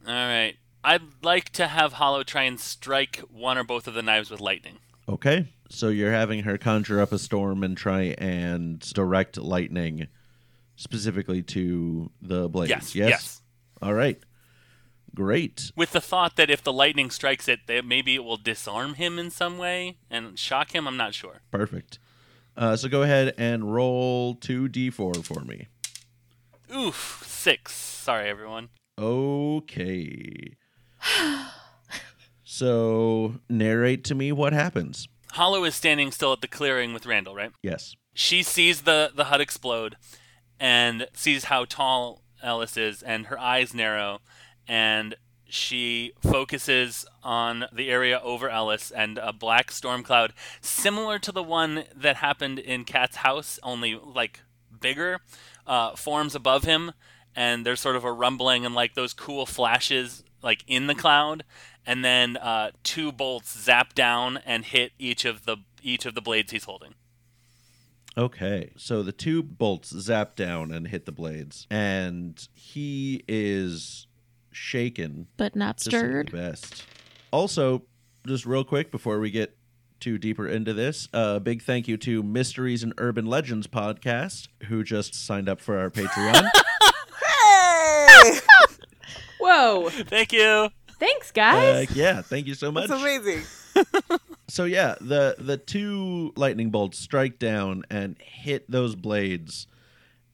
[SPEAKER 3] All right. I'd like to have Hollow try and strike one or both of the knives with lightning.
[SPEAKER 10] Okay. So you're having her conjure up a storm and try and direct lightning specifically to the blades.
[SPEAKER 3] Yes,
[SPEAKER 10] Yes.
[SPEAKER 3] yes.
[SPEAKER 10] All right. Great.
[SPEAKER 3] With the thought that if the lightning strikes it, that maybe it will disarm him in some way and shock him. I'm not sure.
[SPEAKER 10] Perfect. Uh, so go ahead and roll 2d4 for me.
[SPEAKER 3] Oof, six. Sorry, everyone. <gasps>
[SPEAKER 10] Okay. so narrate to me what happens.
[SPEAKER 3] Hollow is standing still at the clearing with Randall, right?
[SPEAKER 10] Yes.
[SPEAKER 3] She sees the, the hut explode and sees how tall Ellis is, and her eyes narrow, and she focuses on the area over Ellis and a black storm cloud similar to the one that happened in Cat's house, only like bigger, uh, forms above him, and there's sort of a rumbling and like those cool flashes like in the cloud, and then uh, two bolts zap down and hit each of the each of the blades he's holding. <laughs>
[SPEAKER 1] Okay. So the two bolts zap down and hit the blades, and he is shaken
[SPEAKER 5] but not
[SPEAKER 1] to say
[SPEAKER 5] stirred.
[SPEAKER 1] the best. Also, just real quick before we get too deeper into this, a big thank you to Mysteries and Urban Legends podcast who just signed up
[SPEAKER 2] <laughs>
[SPEAKER 1] for our Patreon. <laughs>
[SPEAKER 2] Hey!
[SPEAKER 7] Whoa.
[SPEAKER 3] Thank you.
[SPEAKER 7] Thanks,
[SPEAKER 1] uh,
[SPEAKER 7] guys.
[SPEAKER 1] yeah, thank you so much.
[SPEAKER 2] That's amazing.
[SPEAKER 1] So yeah, the the two lightning bolts strike down and hit those blades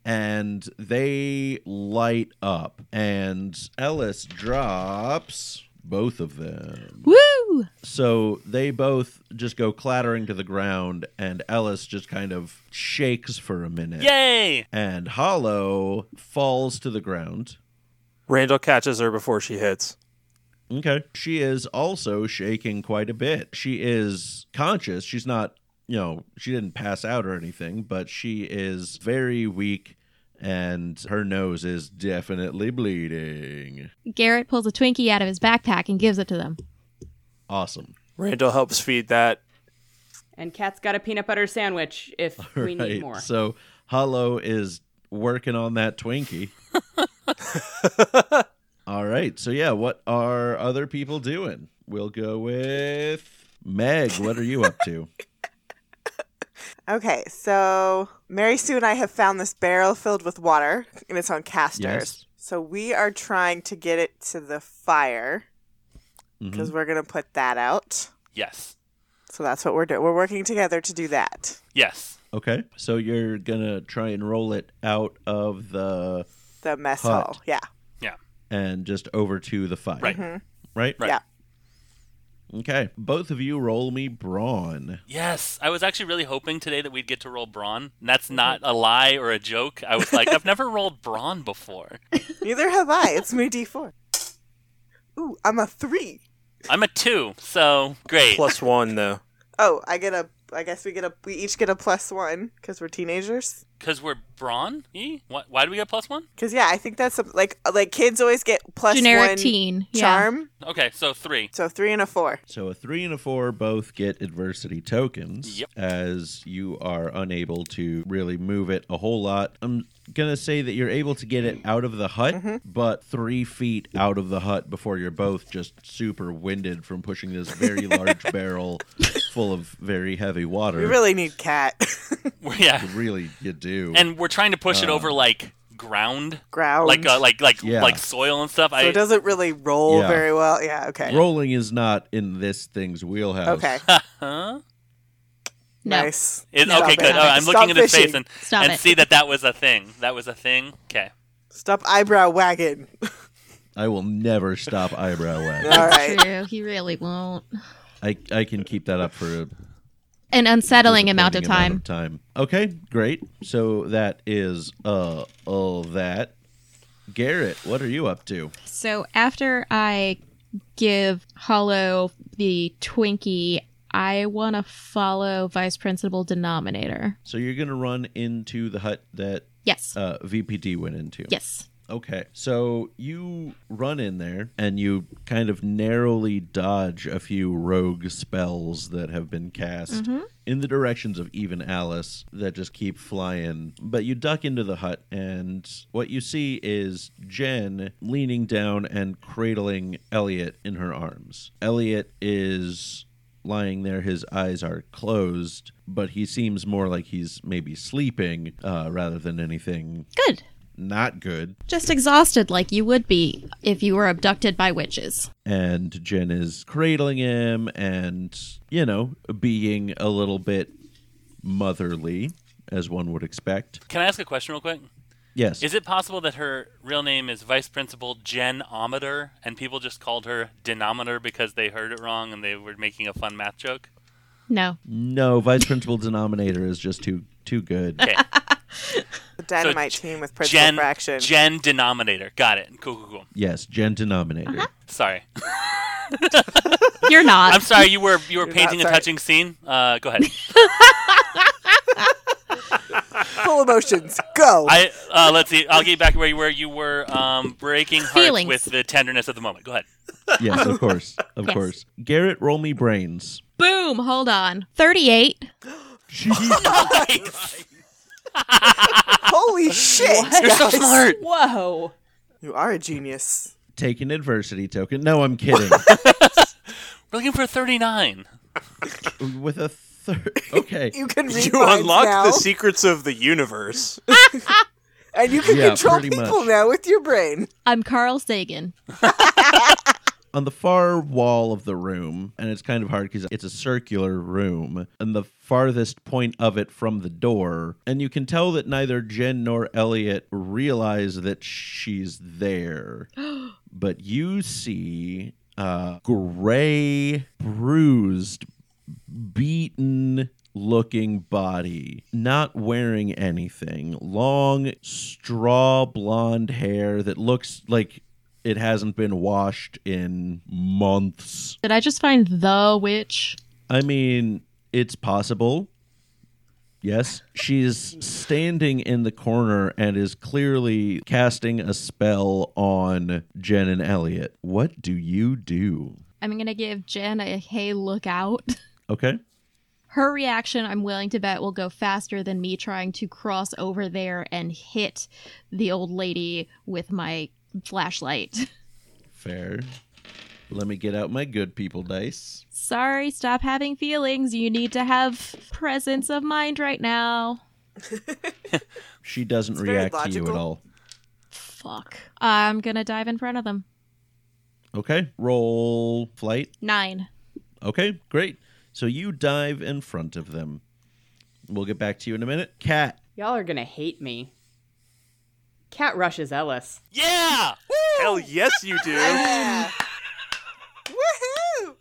[SPEAKER 1] and they light up and Ellis drops both of them.
[SPEAKER 5] Woo!
[SPEAKER 1] So they both just go clattering to the ground and Ellis just kind of shakes for a minute.
[SPEAKER 3] Yay!
[SPEAKER 1] And Hollow falls to the ground.
[SPEAKER 8] Randall catches her before she hits.
[SPEAKER 1] Okay. She is also shaking quite a bit. She is conscious. She's not, you know, she didn't pass out or anything, but she is very weak and her nose is definitely bleeding.
[SPEAKER 5] Garrett pulls a Twinkie out of his backpack and gives it to them.
[SPEAKER 1] Awesome.
[SPEAKER 8] Randall helps feed that.
[SPEAKER 7] And Kat's got a peanut butter sandwich if
[SPEAKER 1] <laughs>
[SPEAKER 7] we need
[SPEAKER 1] Right.
[SPEAKER 7] more.
[SPEAKER 1] So Hollow is working on that
[SPEAKER 3] <laughs>
[SPEAKER 1] Twinkie. All right. So yeah, what are other people doing? We'll go with Meg. What are you up
[SPEAKER 3] <laughs>
[SPEAKER 1] to?
[SPEAKER 2] Okay, so Mary Sue and I have found this barrel filled with water, and it's on casters.
[SPEAKER 1] Yes.
[SPEAKER 2] So we are trying to get it to the fire
[SPEAKER 1] Mm-hmm.
[SPEAKER 2] because we're gonna put that out.
[SPEAKER 3] Yes.
[SPEAKER 2] So that's what we're doing. We're working together to do that.
[SPEAKER 3] Yes.
[SPEAKER 1] Okay. So you're going to try and roll it out of the
[SPEAKER 2] The mess
[SPEAKER 1] Hot.
[SPEAKER 2] hall. Yeah.
[SPEAKER 3] Yeah.
[SPEAKER 1] and just over to the fire.
[SPEAKER 3] Right.
[SPEAKER 2] Mm-hmm.
[SPEAKER 1] Right?
[SPEAKER 3] Right.
[SPEAKER 2] Yeah.
[SPEAKER 1] Okay. Both of you roll me brawn.
[SPEAKER 3] Yes, I was actually really hoping today that we'd get to roll brawn. And
[SPEAKER 2] Mm-hmm.
[SPEAKER 3] that's not a lie or a joke. I was like, I've never rolled brawn before.
[SPEAKER 2] Neither have I. It's my D4. Ooh, I'm a three.
[SPEAKER 3] I'm a two, so great.
[SPEAKER 8] Plus
[SPEAKER 2] <laughs>
[SPEAKER 8] one, though.
[SPEAKER 2] Oh, I get a. I guess we get a. We each get a plus one because we're teenagers.
[SPEAKER 3] Because we're brawn? E? Why, why do we get plus one?
[SPEAKER 2] Because yeah, I think that's some- like like kids always get plus
[SPEAKER 5] Generic
[SPEAKER 2] one
[SPEAKER 5] teen. yeah.
[SPEAKER 2] charm.
[SPEAKER 3] Okay, so three. <laughs>
[SPEAKER 2] So three and a four.
[SPEAKER 1] So a three and a four both get adversity tokens
[SPEAKER 3] Yep.
[SPEAKER 1] as you are unable to really move it a whole lot. I'm going to say that you're able to get it out of the hut, but three feet out of the hut before you're both just super winded from pushing this very large barrel full of very heavy water.
[SPEAKER 2] We really need cat <laughs>
[SPEAKER 3] We're- yeah.
[SPEAKER 1] Really, you do.
[SPEAKER 3] And we're trying to push it over like ground,
[SPEAKER 2] Uh. ground.
[SPEAKER 3] like uh, like like
[SPEAKER 1] Yeah.
[SPEAKER 3] like soil and stuff.
[SPEAKER 2] so
[SPEAKER 3] I
[SPEAKER 2] it doesn't really roll
[SPEAKER 1] Yeah.
[SPEAKER 2] very well. Yeah. Okay.
[SPEAKER 1] Rolling is not in this thing's wheelhouse.
[SPEAKER 3] <laughs>
[SPEAKER 2] Okay.
[SPEAKER 3] huh?
[SPEAKER 5] No.
[SPEAKER 2] Nice.
[SPEAKER 3] It,
[SPEAKER 5] Stop
[SPEAKER 3] okay,
[SPEAKER 5] it.
[SPEAKER 3] good. Oh, I'm
[SPEAKER 2] Stop
[SPEAKER 3] looking at his face
[SPEAKER 2] fishing.
[SPEAKER 3] and
[SPEAKER 5] Stop
[SPEAKER 3] and
[SPEAKER 5] it.
[SPEAKER 3] see that that was a thing. That was a thing. Okay.
[SPEAKER 2] Stop eyebrow wagging.
[SPEAKER 1] I will never stop eyebrow
[SPEAKER 2] <laughs>
[SPEAKER 1] wag.
[SPEAKER 2] All right.
[SPEAKER 5] True. He really won't.
[SPEAKER 1] I, I can keep that up for a
[SPEAKER 5] An unsettling
[SPEAKER 1] disappointing
[SPEAKER 5] amount of time.
[SPEAKER 1] time. Okay, great. So that is uh all that. Garrett, what are you up to?
[SPEAKER 5] So after I give Hollow the Twinkie, I want to follow Vice Principal Denominator.
[SPEAKER 1] So you're gonna run into the hut that
[SPEAKER 5] Yes.
[SPEAKER 10] Oh.
[SPEAKER 1] uh, VPD went into.
[SPEAKER 5] yes.
[SPEAKER 1] Okay. So you run in there and you kind of narrowly dodge a few rogue spells that have been cast in the directions of even Alice that just keep flying. But you duck into the hut and what you see is Jen leaning down and cradling Elliot in her arms. Elliot is lying there his eyes are closed but he seems more like he's maybe sleeping uh, rather than anything
[SPEAKER 5] Good.
[SPEAKER 1] not good
[SPEAKER 5] Just exhausted like you would be if you were abducted by witches.
[SPEAKER 1] and Jen is cradling him and, you know, being a little bit motherly, as one would expect.
[SPEAKER 3] Can I ask a question real quick?
[SPEAKER 1] Yes.
[SPEAKER 3] Is it possible that her real name is Vice Principal Jen Ometer, and people just called her Denominator because they heard it wrong and they were making a fun math joke?
[SPEAKER 2] <laughs>
[SPEAKER 5] No.
[SPEAKER 10] <laughs>
[SPEAKER 3] <laughs>
[SPEAKER 1] no, vice principal denominator is just too too good.
[SPEAKER 3] Okay.
[SPEAKER 2] The dynamite
[SPEAKER 3] J-
[SPEAKER 2] team with Principal
[SPEAKER 3] Gen,
[SPEAKER 2] Fraction.
[SPEAKER 3] Gen denominator. Got it. Cool, cool, cool.
[SPEAKER 1] Yes, gen denominator.
[SPEAKER 3] Sorry.
[SPEAKER 5] You're not.
[SPEAKER 3] I'm sorry. You were you were
[SPEAKER 2] <laughs> You're
[SPEAKER 3] painting
[SPEAKER 2] not
[SPEAKER 3] a
[SPEAKER 2] sorry.
[SPEAKER 3] touching scene. Uh, go ahead.
[SPEAKER 2] Full emotions.
[SPEAKER 3] <laughs>
[SPEAKER 2] Go.
[SPEAKER 3] I uh, let's see. I'll get you back where you were. You were um, breaking hearts
[SPEAKER 5] Feelings.
[SPEAKER 3] with the tenderness of the
[SPEAKER 2] <laughs>
[SPEAKER 3] moment. Go ahead.
[SPEAKER 1] Yes, of course, of
[SPEAKER 5] Yes.
[SPEAKER 1] course. Garrett, roll me brains.
[SPEAKER 5] Boom. Hold on. 38.
[SPEAKER 3] <laughs>
[SPEAKER 2] Holy shit.
[SPEAKER 3] You're so smart.
[SPEAKER 7] Whoa.
[SPEAKER 2] You are a genius.
[SPEAKER 1] Take an adversity token. No, I'm
[SPEAKER 3] <laughs>
[SPEAKER 1] kidding.
[SPEAKER 3] We're looking for 39.
[SPEAKER 1] With a third. Okay.
[SPEAKER 2] You
[SPEAKER 3] <laughs>
[SPEAKER 2] can read
[SPEAKER 8] You
[SPEAKER 2] minds
[SPEAKER 8] unlock
[SPEAKER 2] now,
[SPEAKER 8] the secrets of the universe.
[SPEAKER 2] <laughs> and you can
[SPEAKER 1] Yeah,
[SPEAKER 2] control
[SPEAKER 1] pretty
[SPEAKER 2] people
[SPEAKER 1] much.
[SPEAKER 2] now with your brain.
[SPEAKER 5] I'm Carl Sagan.
[SPEAKER 1] on the far wall of the room, and it's kind of hard because it's a circular room, and the farthest point of it from the door, and you can tell that neither Jen nor Elliot realize that she's there. but you see a gray, bruised, beaten looking body, not wearing anything, long straw blonde hair that looks like it hasn't been washed in months.
[SPEAKER 5] Did I just find the witch?
[SPEAKER 1] I mean, it's possible. Yes. She's standing in the corner and is clearly casting a spell on Jen and Elliot. What do you do?
[SPEAKER 5] I'm going to give Jen a hey, look out. <laughs>
[SPEAKER 1] Okay.
[SPEAKER 5] Her reaction, I'm willing to bet, will go faster than me trying to cross over there and hit the old lady with my flashlight. <laughs>
[SPEAKER 1] Fair. Let me get out my good people dice.
[SPEAKER 5] Sorry, stop having feelings. You need to have presence of mind right now.
[SPEAKER 1] She doesn't
[SPEAKER 2] It's very
[SPEAKER 1] react to you at
[SPEAKER 2] logical.
[SPEAKER 1] all.
[SPEAKER 5] Fuck. I'm going to dive in front of them.
[SPEAKER 1] Okay. Roll flight.
[SPEAKER 5] Nine.
[SPEAKER 1] Okay, great. So you dive in front of them. We'll get back to you in a minute. Cat,
[SPEAKER 7] Y'all are gonna hate me. Cat rushes Ellis.
[SPEAKER 3] Yeah.
[SPEAKER 8] Hell yes, you do.
[SPEAKER 2] Yeah. Woohoo!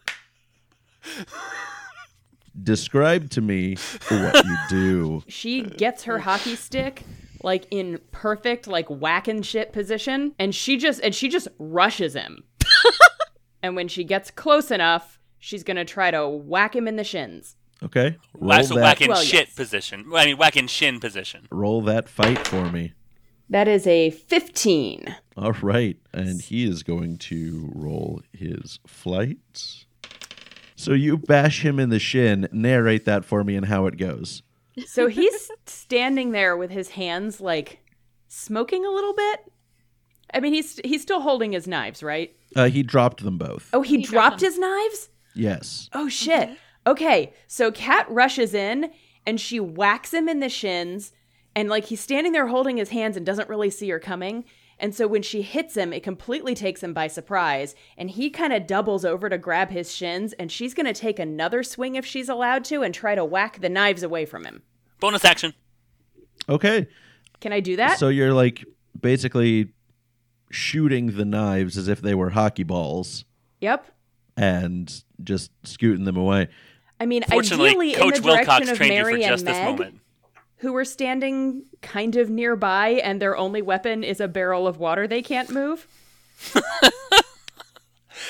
[SPEAKER 1] describe to me what you
[SPEAKER 2] <laughs>
[SPEAKER 1] do.
[SPEAKER 7] She gets her hockey stick like in perfect like whacking shit position, and she just and she just rushes <laughs> him. and when she gets close enough, she's gonna try to whack him in the shins.
[SPEAKER 1] Okay. Roll
[SPEAKER 3] That's a
[SPEAKER 1] that.
[SPEAKER 3] whack in
[SPEAKER 7] Well,
[SPEAKER 3] shit
[SPEAKER 7] yes.
[SPEAKER 3] position. Well, I mean, whack in shin position.
[SPEAKER 1] Roll that fight for me.
[SPEAKER 7] That is a fifteen.
[SPEAKER 1] All right. And he is going to roll his flight. So you bash him in the shin. Narrate that for me and how it goes.
[SPEAKER 7] So he's standing there with his hands like smoking a little bit. I mean, he's he's still holding his knives, right?
[SPEAKER 1] Uh, he dropped them both.
[SPEAKER 7] Oh, he, dropped his knives.
[SPEAKER 1] Yes.
[SPEAKER 7] Oh shit. Okay. So Kat rushes in and she whacks him in the shins and like he's standing there holding his hands and doesn't really see her coming. And so when she hits him, it completely takes him by surprise and he kind of doubles over to grab his shins and she's going to take another swing if she's allowed to and try to whack the knives away from him.
[SPEAKER 3] Bonus action.
[SPEAKER 1] Okay.
[SPEAKER 7] Can I do that?
[SPEAKER 1] So you're like basically shooting the knives as if they were hockey balls
[SPEAKER 7] yep.
[SPEAKER 1] and just scooting them away.
[SPEAKER 7] I mean,
[SPEAKER 3] Fortunately,
[SPEAKER 7] ideally in
[SPEAKER 3] Coach
[SPEAKER 7] the direction
[SPEAKER 3] Wilcox
[SPEAKER 7] of
[SPEAKER 3] trained
[SPEAKER 7] Mary
[SPEAKER 3] you for
[SPEAKER 7] and
[SPEAKER 3] just this
[SPEAKER 7] Meg,
[SPEAKER 3] moment.
[SPEAKER 7] who were standing kind of nearby, and their only weapon is a barrel of water they can't move.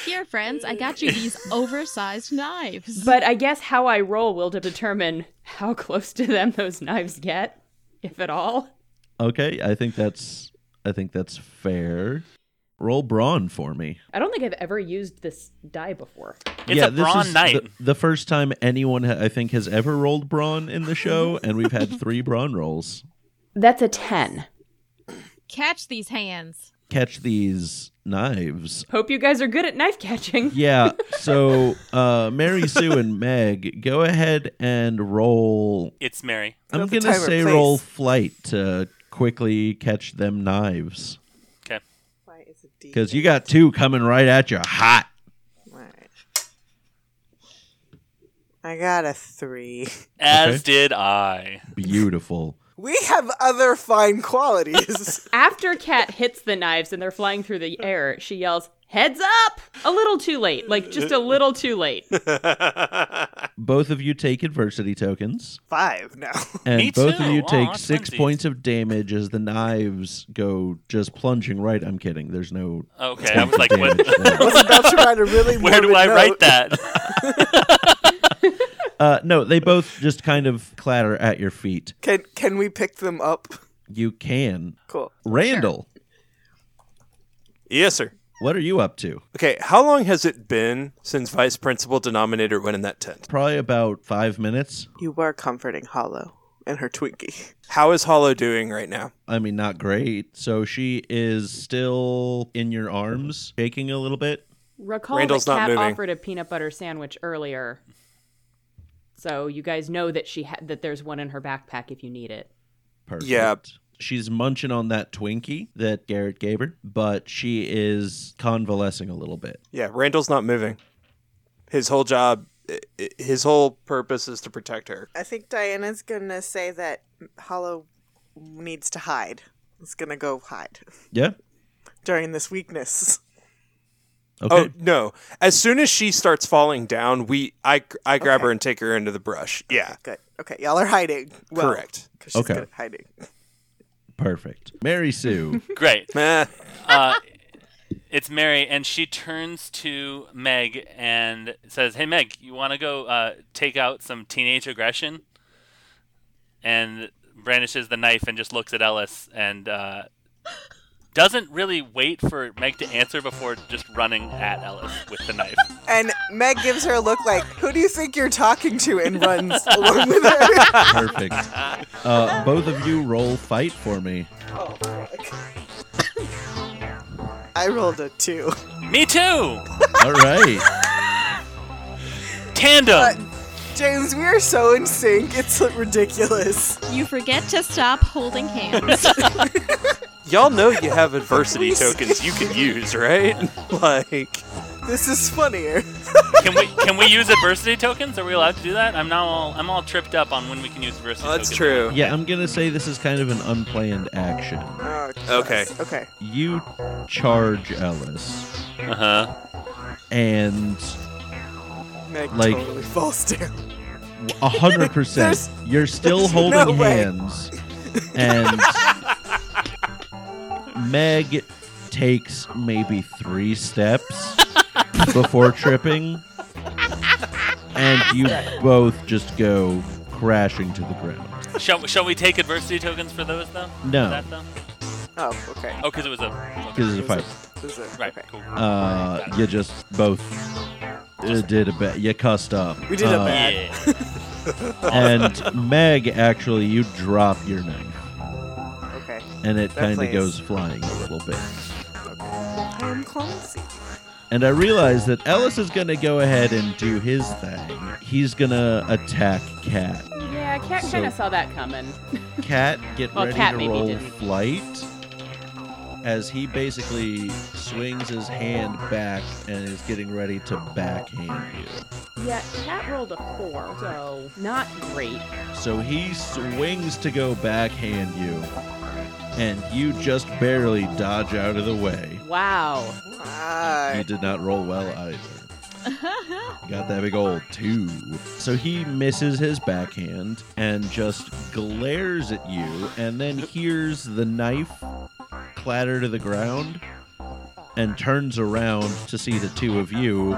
[SPEAKER 5] Here, friends, I got you these oversized knives.
[SPEAKER 7] But I guess how I roll will determine how <laughs> close to them those knives get, if at all.
[SPEAKER 1] Okay, I think that's I think that's fair. Roll brawn for me.
[SPEAKER 7] I don't think I've ever used this die before.
[SPEAKER 3] It's a brawn
[SPEAKER 1] is
[SPEAKER 3] night.
[SPEAKER 1] The, the first time anyone ha- I think has ever rolled brawn in the show, and we've
[SPEAKER 3] <laughs>
[SPEAKER 1] had three brawn rolls.
[SPEAKER 7] That's a 10.
[SPEAKER 5] Catch these hands.
[SPEAKER 1] Catch these knives.
[SPEAKER 7] Hope you guys are good at knife catching.
[SPEAKER 1] Yeah. So uh, Mary Sue and Meg, go ahead and roll.
[SPEAKER 3] It's Mary.
[SPEAKER 1] I'm
[SPEAKER 2] Set the
[SPEAKER 1] gonna
[SPEAKER 2] timer,
[SPEAKER 1] say
[SPEAKER 2] please.
[SPEAKER 1] roll flight to quickly catch them knives
[SPEAKER 3] Okay.
[SPEAKER 2] Why is it D?
[SPEAKER 1] because you got two coming right at you, hot.
[SPEAKER 2] Alright. I got a three.
[SPEAKER 3] As did I.
[SPEAKER 1] Beautiful.
[SPEAKER 2] We have other fine
[SPEAKER 3] <laughs>
[SPEAKER 2] qualities.
[SPEAKER 7] After Kat hits the knives and they're flying through the air, she yells, Heads up! A little too late. Like, just a little too late.
[SPEAKER 1] Both of you take adversity tokens,
[SPEAKER 2] Five now.
[SPEAKER 1] and
[SPEAKER 3] Me
[SPEAKER 1] both of
[SPEAKER 3] too.
[SPEAKER 1] you
[SPEAKER 3] Wow,
[SPEAKER 1] take
[SPEAKER 3] that's
[SPEAKER 1] six
[SPEAKER 3] funsies.
[SPEAKER 1] points of damage as the knives go just plunging right. I'm kidding. There's no.
[SPEAKER 3] Okay, I was <laughs> like, what?
[SPEAKER 1] damage there.
[SPEAKER 2] I was about to write a really
[SPEAKER 3] <laughs> Where do
[SPEAKER 2] morbid
[SPEAKER 3] I
[SPEAKER 2] note.
[SPEAKER 3] write that? <laughs>
[SPEAKER 1] Uh, no, they both just kind of clatter at your feet.
[SPEAKER 2] Can can we pick them up?
[SPEAKER 1] You can.
[SPEAKER 2] Cool.
[SPEAKER 1] Randall,
[SPEAKER 8] yes, sir.
[SPEAKER 1] what are you up to?
[SPEAKER 8] Okay, how long has it been since Vice Principal Denominator went in that tent?
[SPEAKER 1] Probably about five minutes.
[SPEAKER 2] You were comforting Hollow and her Twinkie.
[SPEAKER 8] How is Hollow doing right now?
[SPEAKER 1] I mean, not great. So she is still in your arms, shaking a little bit.
[SPEAKER 7] Recall
[SPEAKER 8] Randall's
[SPEAKER 7] that
[SPEAKER 8] not
[SPEAKER 7] Kat
[SPEAKER 8] moving.
[SPEAKER 7] offered a peanut butter sandwich earlier. So you guys know that she ha- that there's one in her backpack if you need it.
[SPEAKER 1] Perfect.
[SPEAKER 8] Yeah.
[SPEAKER 1] She's munching on that Twinkie that Garrett gave her, but she is convalescing a little bit.
[SPEAKER 8] Yeah, Randall's not moving. His whole job, i- i- his whole purpose is to protect her.
[SPEAKER 2] I think Diana's gonna say that Hollow needs to hide. It's gonna go hide <laughs>
[SPEAKER 1] Yeah.
[SPEAKER 2] during this weakness.
[SPEAKER 1] Okay.
[SPEAKER 8] Oh no! As soon as she starts falling down, we I I grab her and take her into the brush. Yeah,
[SPEAKER 2] Good. Okay, y'all are hiding. Well,
[SPEAKER 8] correct.
[SPEAKER 2] 'cause she's
[SPEAKER 1] Okay.
[SPEAKER 2] good at hiding.
[SPEAKER 1] Perfect. Mary Sue.
[SPEAKER 3] Great.
[SPEAKER 8] Meh.
[SPEAKER 3] Uh, it's Mary, and she turns to Meg and says, "Hey, Meg, you want to go uh, take out some teenage aggression?" And brandishes the knife and just looks at Ellis and uh, doesn't really wait for Meg to answer before just running at Ellis with the knife.
[SPEAKER 2] And Meg gives her a look like, "Who do you think you're talking to?" and
[SPEAKER 8] <laughs>
[SPEAKER 2] runs along with her.
[SPEAKER 1] Perfect. Uh, both of you roll fight for me.
[SPEAKER 2] I rolled a two.
[SPEAKER 3] Me too.
[SPEAKER 1] All right.
[SPEAKER 3] Tandem.
[SPEAKER 2] James, we are so in sync. It's ridiculous.
[SPEAKER 5] You forget to stop holding hands.
[SPEAKER 8] Y'all know you have adversity tokens you can use, right? <laughs> Like,
[SPEAKER 2] This is funnier.
[SPEAKER 3] <laughs> Can we can we use adversity tokens? Are we allowed to do that? I'm now all I'm all tripped up on when we can use adversity.
[SPEAKER 8] well, Oh, that's
[SPEAKER 3] tokens.
[SPEAKER 8] true.
[SPEAKER 1] Yeah, I'm going to say this is kind of an unplanned action.
[SPEAKER 2] Oh,
[SPEAKER 8] Okay.
[SPEAKER 2] okay.
[SPEAKER 1] You charge Ellis,
[SPEAKER 3] Uh huh.
[SPEAKER 1] and
[SPEAKER 2] Meg
[SPEAKER 1] Like-
[SPEAKER 2] totally falls down. <laughs>
[SPEAKER 1] 100%. You're still
[SPEAKER 2] there's
[SPEAKER 1] holding
[SPEAKER 2] no way.
[SPEAKER 1] hands, and Meg takes maybe three steps before tripping, and you both just go crashing to the ground.
[SPEAKER 3] Shall, shall we take adversity tokens for those though?
[SPEAKER 1] No.
[SPEAKER 3] For that though?
[SPEAKER 2] Oh, okay.
[SPEAKER 3] Oh, because it was a. Okay.
[SPEAKER 1] Because it's a fight.
[SPEAKER 2] This is it.
[SPEAKER 3] Right.
[SPEAKER 2] Okay.
[SPEAKER 3] Cool.
[SPEAKER 1] Uh, you just both uh, did a bad. You cussed up.
[SPEAKER 2] We did a
[SPEAKER 1] Uh,
[SPEAKER 2] bad.
[SPEAKER 3] yeah.
[SPEAKER 1] And Meg, actually, you drop your knife,
[SPEAKER 2] Okay.
[SPEAKER 1] and it
[SPEAKER 2] That
[SPEAKER 1] kind of
[SPEAKER 2] place.
[SPEAKER 1] goes flying a little bit.
[SPEAKER 2] I am clumsy.
[SPEAKER 1] And I realize that Ellis is gonna go ahead and do his thing. He's gonna attack Cat.
[SPEAKER 7] Yeah, Kat
[SPEAKER 1] So-
[SPEAKER 7] kind of saw that coming.
[SPEAKER 1] Cat, get
[SPEAKER 7] Well,
[SPEAKER 1] ready
[SPEAKER 7] Cat
[SPEAKER 1] to
[SPEAKER 7] maybe
[SPEAKER 1] roll
[SPEAKER 7] didn't.
[SPEAKER 1] flight. As he basically swings his hand back and is getting ready to backhand you.
[SPEAKER 7] Yeah, Kat rolled a four, so not great.
[SPEAKER 1] So he swings to go backhand you, and you just barely dodge out of the way.
[SPEAKER 7] Wow.
[SPEAKER 1] You
[SPEAKER 2] Wow.
[SPEAKER 1] did not roll well either. Got that big old two. So he misses his backhand and just glares at you, and then hears the knife clatter to the ground and turns around to see the two of you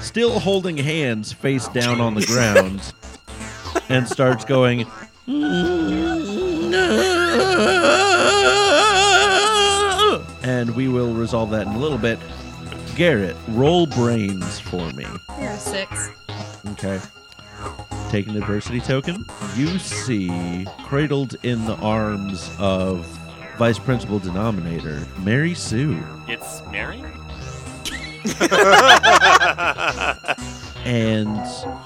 [SPEAKER 1] still holding hands face down on the ground and starts going. And we will resolve that in a little bit. Garrett, roll brains for me.
[SPEAKER 5] You're a six.
[SPEAKER 1] Okay. Take an adversity token. You see, cradled in the arms of Vice Principal Denominator, Mary Sue.
[SPEAKER 3] It's Mary.
[SPEAKER 1] And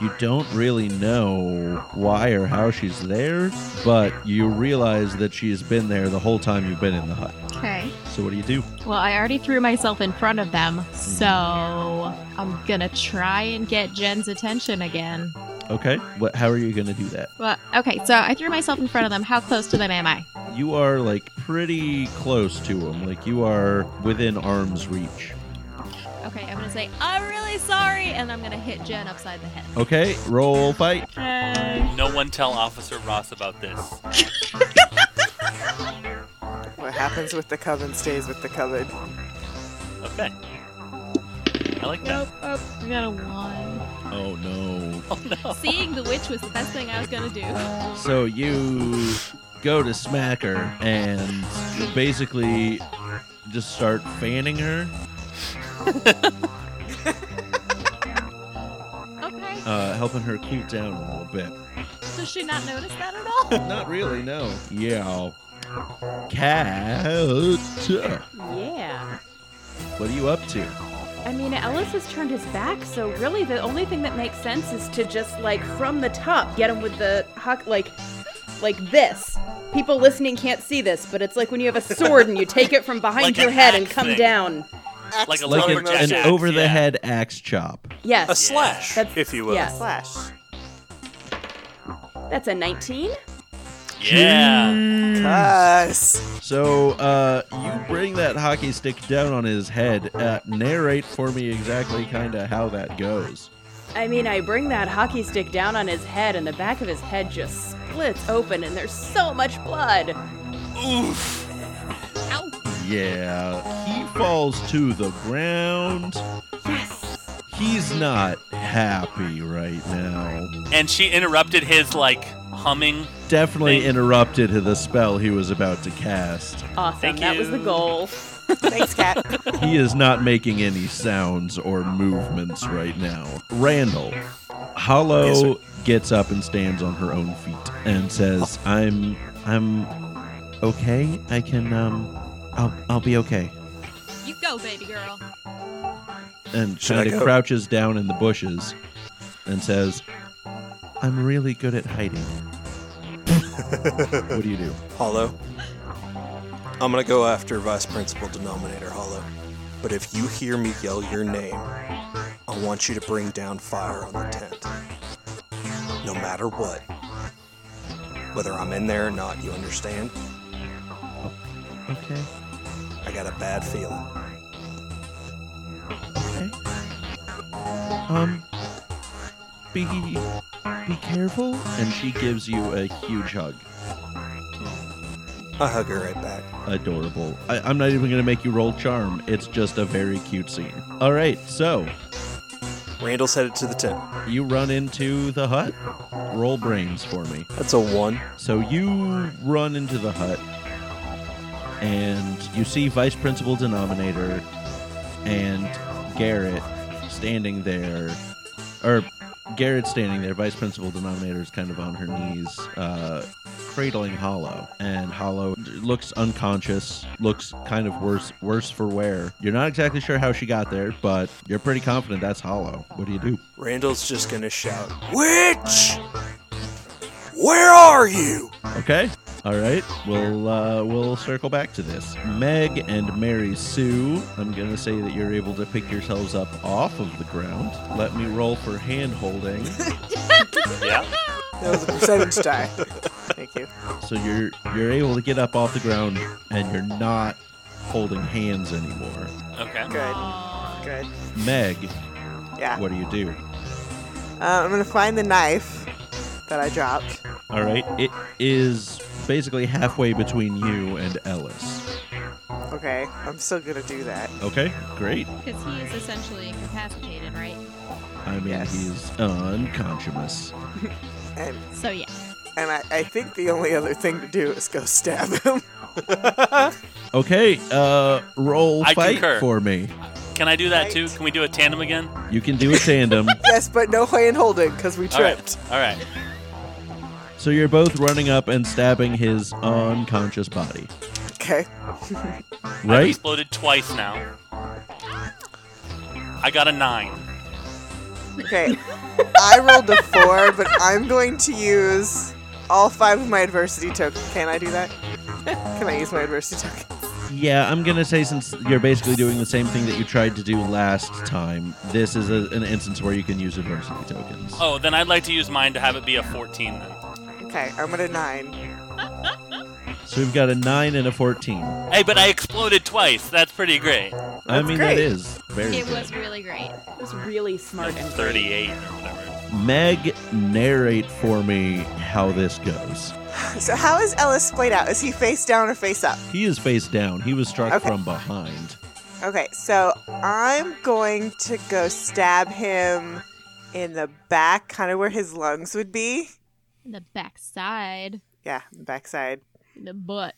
[SPEAKER 1] you don't really know why or how she's there, but you realize that she has been there the whole time you've been in the hut.
[SPEAKER 5] Okay.
[SPEAKER 1] So, what do you do?
[SPEAKER 5] Well, I already threw myself in front of them, so I'm gonna try and get Jen's attention again.
[SPEAKER 1] Okay. What? How are you gonna do that?
[SPEAKER 5] Well, okay, so I threw myself in front of them. How close to them am I?
[SPEAKER 1] You are like pretty close to him. Like you are within arm's reach.
[SPEAKER 5] Okay, I'm gonna say, I'm really sorry, and I'm gonna hit Jen upside the head.
[SPEAKER 1] Okay. Roll fight.
[SPEAKER 3] No one tell Officer Ross about this.
[SPEAKER 2] What happens with the coven stays with the coven.
[SPEAKER 3] Okay. I like that.
[SPEAKER 5] I got a one.
[SPEAKER 1] Oh no.
[SPEAKER 5] <laughs> Seeing the witch was the best thing I was gonna do.
[SPEAKER 1] So you go to smack her and you basically just start fanning her.
[SPEAKER 5] Okay,
[SPEAKER 1] uh, helping her cool down a little bit.
[SPEAKER 5] so she not notice that
[SPEAKER 1] <laughs>
[SPEAKER 5] at all?
[SPEAKER 1] Not really, no. Yeah. Cat.
[SPEAKER 7] Yeah.
[SPEAKER 1] What are you up to?
[SPEAKER 7] I mean, Ellis has turned his back, so really the only thing that makes sense is to just like from the top get him with the huck like like this. People listening can't see this, but it's like when you have a sword and you
[SPEAKER 3] <laughs>
[SPEAKER 7] take it from behind
[SPEAKER 3] Like
[SPEAKER 7] your
[SPEAKER 3] an
[SPEAKER 7] head and
[SPEAKER 3] axe
[SPEAKER 7] come
[SPEAKER 3] thing.
[SPEAKER 7] down.
[SPEAKER 3] Like a
[SPEAKER 1] Like
[SPEAKER 3] lumberjack.
[SPEAKER 1] an,
[SPEAKER 3] axe,
[SPEAKER 1] an over the
[SPEAKER 3] yeah.
[SPEAKER 1] head axe chop.
[SPEAKER 7] Yes.
[SPEAKER 8] A slash,
[SPEAKER 7] That's-
[SPEAKER 8] if you will.
[SPEAKER 7] yes.
[SPEAKER 2] Slash.
[SPEAKER 7] That's a 19.
[SPEAKER 3] Yeah.
[SPEAKER 2] Cuss.
[SPEAKER 1] So uh, you bring that hockey stick down on his head. Uh, narrate for me exactly kind of how that goes.
[SPEAKER 7] I mean, I bring that hockey stick down on his head and the back of his head just splits open and there's so much blood.
[SPEAKER 1] Yeah, he falls to the ground.
[SPEAKER 7] Yes.
[SPEAKER 1] He's not happy right now.
[SPEAKER 3] And she interrupted his like humming.
[SPEAKER 1] Definitely
[SPEAKER 3] Thank-
[SPEAKER 1] interrupted the spell he was about to cast.
[SPEAKER 7] Awesome.
[SPEAKER 3] Thank
[SPEAKER 7] that was the
[SPEAKER 3] you.
[SPEAKER 7] goal.
[SPEAKER 2] Thanks, cat.
[SPEAKER 1] He is not making any sounds or movements right now. Randall, Hollow
[SPEAKER 8] Yes, sir.
[SPEAKER 1] gets up and stands on her own feet and says, "I'm, I'm okay. I can, um, I'll, I'll be okay."
[SPEAKER 5] You go, baby girl.
[SPEAKER 1] And
[SPEAKER 8] Should I
[SPEAKER 1] kind of
[SPEAKER 8] go?
[SPEAKER 1] crouches down in the bushes and says, "I'm really good at hiding." <laughs> what do you do?
[SPEAKER 8] Hollow. I'm gonna go after Vice Principal Denominator Hollow. But if you hear me yell your name, I want you to bring down fire on the tent. No matter what. Whether I'm in there or not, you understand?
[SPEAKER 1] Okay.
[SPEAKER 8] I got a bad feeling.
[SPEAKER 1] Okay. Um, be be careful. And she gives you a huge hug.
[SPEAKER 8] I hug her right back.
[SPEAKER 1] Adorable. I, I'm not even gonna make you roll charm. It's just a very cute scene. All right, so
[SPEAKER 8] Randall's headed to the tent.
[SPEAKER 1] you run into the hut. Roll brains for me.
[SPEAKER 8] That's a one.
[SPEAKER 1] So you run into the hut, and you see Vice Principal Denominator and Garrett standing there, or Garrett standing there. Vice Principal Denominator is kind of on her knees, uh, cradling Hollow, and Hollow looks unconscious, looks kind of worse, worse for wear. You're not exactly sure how she got there, but you're pretty confident that's Hollow. What do you do?
[SPEAKER 8] Randall's just gonna shout, Witch! Where are you?
[SPEAKER 1] Okay. All right. We'll uh, we'll circle back to this. Meg and Mary Sue. I'm gonna say that you're able to pick yourselves up off of the ground. Let me roll for hand holding.
[SPEAKER 3] Yeah.
[SPEAKER 2] That was a percentage die. Thank you.
[SPEAKER 1] so you're you're able to get up off the ground and you're not holding hands anymore.
[SPEAKER 3] Okay.
[SPEAKER 2] Good. Good.
[SPEAKER 1] Meg,
[SPEAKER 2] Yeah.
[SPEAKER 1] what do you do?
[SPEAKER 2] Uh, I'm gonna find the knife that I dropped.
[SPEAKER 1] All right. It is basically halfway between you and Ellis.
[SPEAKER 2] Okay, I'm still gonna do that.
[SPEAKER 1] Okay. Great.
[SPEAKER 5] Because he is essentially incapacitated, right?
[SPEAKER 1] I mean,
[SPEAKER 2] Yes.
[SPEAKER 1] he's unconscious.
[SPEAKER 2] And
[SPEAKER 5] So yeah.
[SPEAKER 2] and I, I think the only other thing to do is go stab him. <laughs>
[SPEAKER 1] Okay, uh, roll
[SPEAKER 3] I
[SPEAKER 1] fight
[SPEAKER 3] concur.
[SPEAKER 1] for me.
[SPEAKER 3] Can I do that too? Can we do a tandem again?
[SPEAKER 1] You can do a
[SPEAKER 3] <laughs>
[SPEAKER 1] tandem.
[SPEAKER 2] yes, but no hand holding because we
[SPEAKER 3] All right.
[SPEAKER 2] tripped.
[SPEAKER 3] All right.
[SPEAKER 1] so you're both running up and stabbing his unconscious body,
[SPEAKER 2] Okay.
[SPEAKER 3] I've
[SPEAKER 1] right?
[SPEAKER 3] exploded twice now. I got a nine.
[SPEAKER 2] <laughs> Okay. I rolled a four, but I'm going to use all five of my adversity tokens. Can I do that? Can I use my adversity tokens?
[SPEAKER 1] Yeah, I'm gonna say since you're basically doing the same thing that you tried to do last time, this is a, an instance where you can use adversity tokens.
[SPEAKER 3] Oh, then I'd like to use mine to have it be a 14 then.
[SPEAKER 2] Okay, I'm at a nine.
[SPEAKER 1] So we've got a nine and a fourteen.
[SPEAKER 3] Hey, but I exploded twice. That's pretty great.
[SPEAKER 1] I
[SPEAKER 2] That's
[SPEAKER 1] mean,
[SPEAKER 2] great.
[SPEAKER 1] that is very
[SPEAKER 5] It
[SPEAKER 1] good.
[SPEAKER 5] was really great.
[SPEAKER 7] It was really smart and great.
[SPEAKER 3] 38 or whatever.
[SPEAKER 1] Meg, narrate for me how this goes.
[SPEAKER 2] So how is Ellis splayed out? Is he face down or face up?
[SPEAKER 1] He is face down. He was struck
[SPEAKER 2] Okay.
[SPEAKER 1] from behind.
[SPEAKER 2] Okay, so I'm going to go stab him in the back, kind of where his lungs would be.
[SPEAKER 5] The backside,
[SPEAKER 2] Yeah, backside.
[SPEAKER 5] the butt.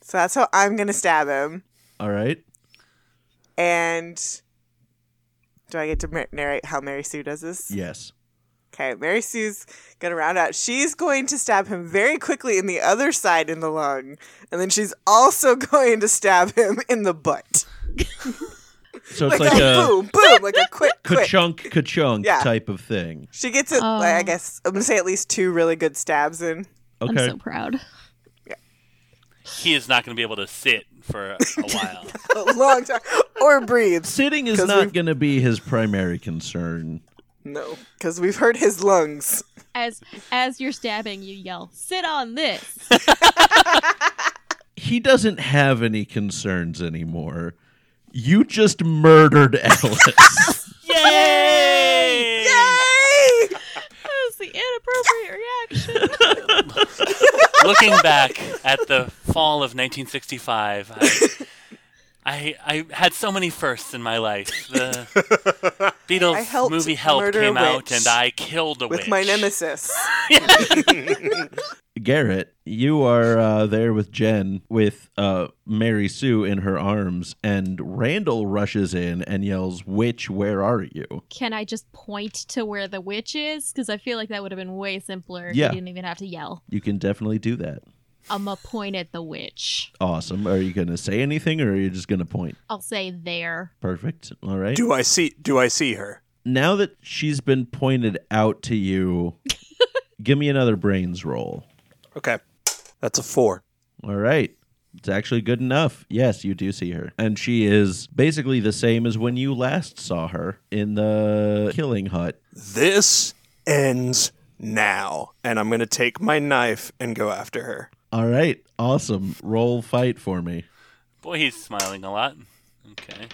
[SPEAKER 2] So that's how I'm going to stab him.
[SPEAKER 1] All right.
[SPEAKER 2] And do I get to mar- narrate how Mary Sue does this?
[SPEAKER 1] Yes.
[SPEAKER 2] Okay, Mary Sue's gonna round out. She's going to stab him very quickly in the other side in the lung, and then she's also <laughs> going to stab him in the butt.
[SPEAKER 1] So it's
[SPEAKER 2] like,
[SPEAKER 1] like
[SPEAKER 2] a,
[SPEAKER 1] a
[SPEAKER 2] boom, boom, like a quick, quick.
[SPEAKER 1] ka-chunk, ka-chunk
[SPEAKER 2] Yeah.
[SPEAKER 1] type of thing.
[SPEAKER 2] She gets it.
[SPEAKER 5] Oh.
[SPEAKER 2] I guess I'm gonna say at least two really good stabs in.
[SPEAKER 1] Okay.
[SPEAKER 5] I'm so proud.
[SPEAKER 3] He is not going to be able to sit for a <laughs> while.
[SPEAKER 2] a long time <laughs> or breathes.
[SPEAKER 1] Sitting is
[SPEAKER 2] 'Cause
[SPEAKER 1] not
[SPEAKER 2] we've-
[SPEAKER 1] going to be his primary concern.
[SPEAKER 2] No, because we've hurt his lungs.
[SPEAKER 5] As as you're stabbing, you yell, "Sit on <laughs> this."
[SPEAKER 1] He doesn't have any concerns anymore. You just murdered <laughs>
[SPEAKER 2] <laughs>
[SPEAKER 1] Alice.
[SPEAKER 3] Yay!
[SPEAKER 2] Yay!
[SPEAKER 5] that was the inappropriate reaction. <laughs>
[SPEAKER 3] Looking back at the fall of 1965, I, I, I had so many firsts in my life. The <laughs> Beatles
[SPEAKER 2] I helped
[SPEAKER 3] movie Help
[SPEAKER 2] murder a
[SPEAKER 3] came out,
[SPEAKER 2] witch
[SPEAKER 3] and I killed a
[SPEAKER 2] With
[SPEAKER 3] witch.
[SPEAKER 2] my nemesis.
[SPEAKER 1] Garrett, you are uh, there with Jen with uh, Mary Sue in her arms, and Randall rushes in and yells, Witch, where are you?
[SPEAKER 5] Can I just point to where the witch is? Because I feel like that would have been way simpler if
[SPEAKER 1] Yeah.
[SPEAKER 5] you didn't even have to yell.
[SPEAKER 1] You can definitely do that.
[SPEAKER 5] I'ma point at the witch.
[SPEAKER 1] Awesome. Are you going to say anything or are you just going to point?
[SPEAKER 5] I'll say there.
[SPEAKER 1] Perfect. All right.
[SPEAKER 8] Do I see? Do I see her?
[SPEAKER 1] now that she's been pointed out to you, give me another brains roll.
[SPEAKER 8] Okay, that's a four.
[SPEAKER 1] All right. It's actually good enough. Yes, you do see her. And she is basically the same as when you last saw her in the killing hut.
[SPEAKER 8] This ends now, and I'm gonna take my knife and go after her.
[SPEAKER 1] All right. Awesome. Roll fight for me.
[SPEAKER 3] Boy, he's smiling a lot. Okay.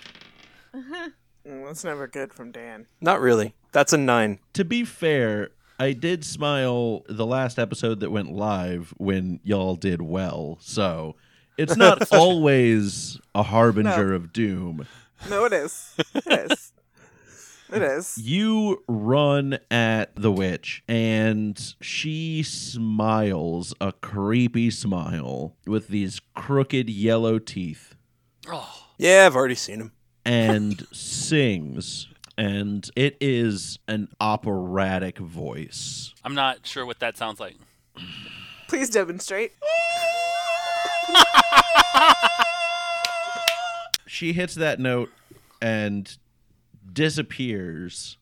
[SPEAKER 2] Mm, that's never good from Dan.
[SPEAKER 8] Not really. That's a nine.
[SPEAKER 1] To be fair, I did smile the last episode that went live when y'all did well. So it's not always a harbinger of doom.
[SPEAKER 2] No, it is. It is. It is.
[SPEAKER 1] You run at the witch, and she smiles a creepy smile with these crooked yellow teeth
[SPEAKER 8] Yeah, I've already seen him.
[SPEAKER 1] and sings. And it is an operatic voice.
[SPEAKER 3] I'm not sure what that sounds like.
[SPEAKER 2] Please demonstrate.
[SPEAKER 1] She hits that note and disappears.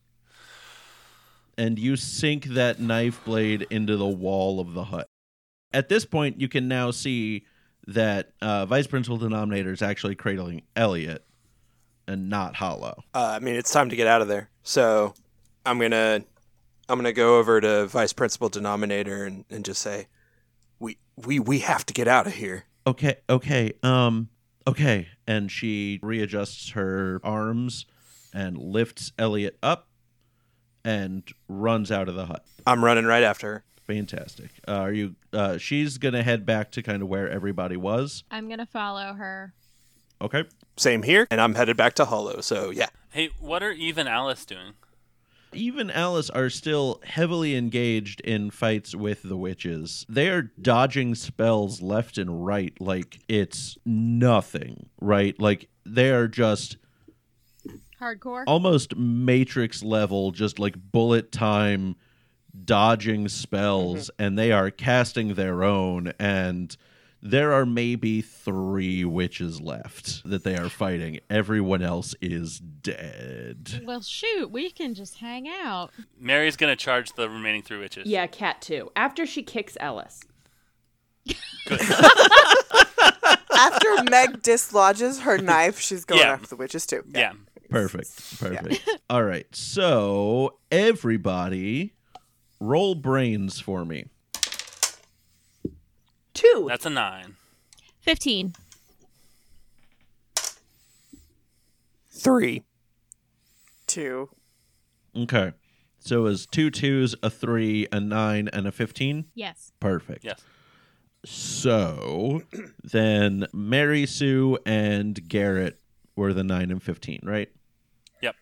[SPEAKER 1] And you sink that knife blade into the wall of the hut. At this point, you can now see that uh, Vice Principal Denominator is actually cradling Elliot and not Hollow.
[SPEAKER 8] Uh, I mean, it's time to get out of there. So I'm gonna I'm gonna go over to Vice Principal Denominator and, and just say, we we we have to get out of here.
[SPEAKER 1] okay okay um okay and she readjusts her arms and lifts elliot up and runs out of the hut
[SPEAKER 8] I'm running right after her.
[SPEAKER 1] fantastic uh, are you uh she's gonna head back to kind of where everybody was
[SPEAKER 5] I'm gonna follow her.
[SPEAKER 1] okay
[SPEAKER 8] Same here, and I'm headed back to Hollow. So yeah,
[SPEAKER 3] Hey, what are Eve and Alice doing?
[SPEAKER 1] even alice are still heavily engaged in fights with the witches they are dodging spells left and right like it's nothing right like they are just
[SPEAKER 5] Hardcore.
[SPEAKER 1] almost matrix level just like bullet time dodging spells and they are casting their own and there are maybe three witches left that they are fighting everyone else is dead
[SPEAKER 5] Well, shoot, we can just hang out.
[SPEAKER 3] Mary's going to charge the remaining three witches.
[SPEAKER 7] Yeah, cat too. After she kicks Ellis.
[SPEAKER 2] after Meg dislodges her knife, she's going
[SPEAKER 3] Yeah.
[SPEAKER 2] after the witches too.
[SPEAKER 3] Yeah.
[SPEAKER 1] Perfect. Perfect. All right. So everybody, roll brains for me.
[SPEAKER 7] Two.
[SPEAKER 3] That's a nine.
[SPEAKER 5] 15.
[SPEAKER 8] Three.
[SPEAKER 2] Two.
[SPEAKER 1] Okay. So it was two twos, a three, a nine, and a fifteen.
[SPEAKER 5] Yes.
[SPEAKER 1] Perfect.
[SPEAKER 3] Yes.
[SPEAKER 1] So then Mary Sue and Garrett were the nine and fifteen, right?
[SPEAKER 3] Yep.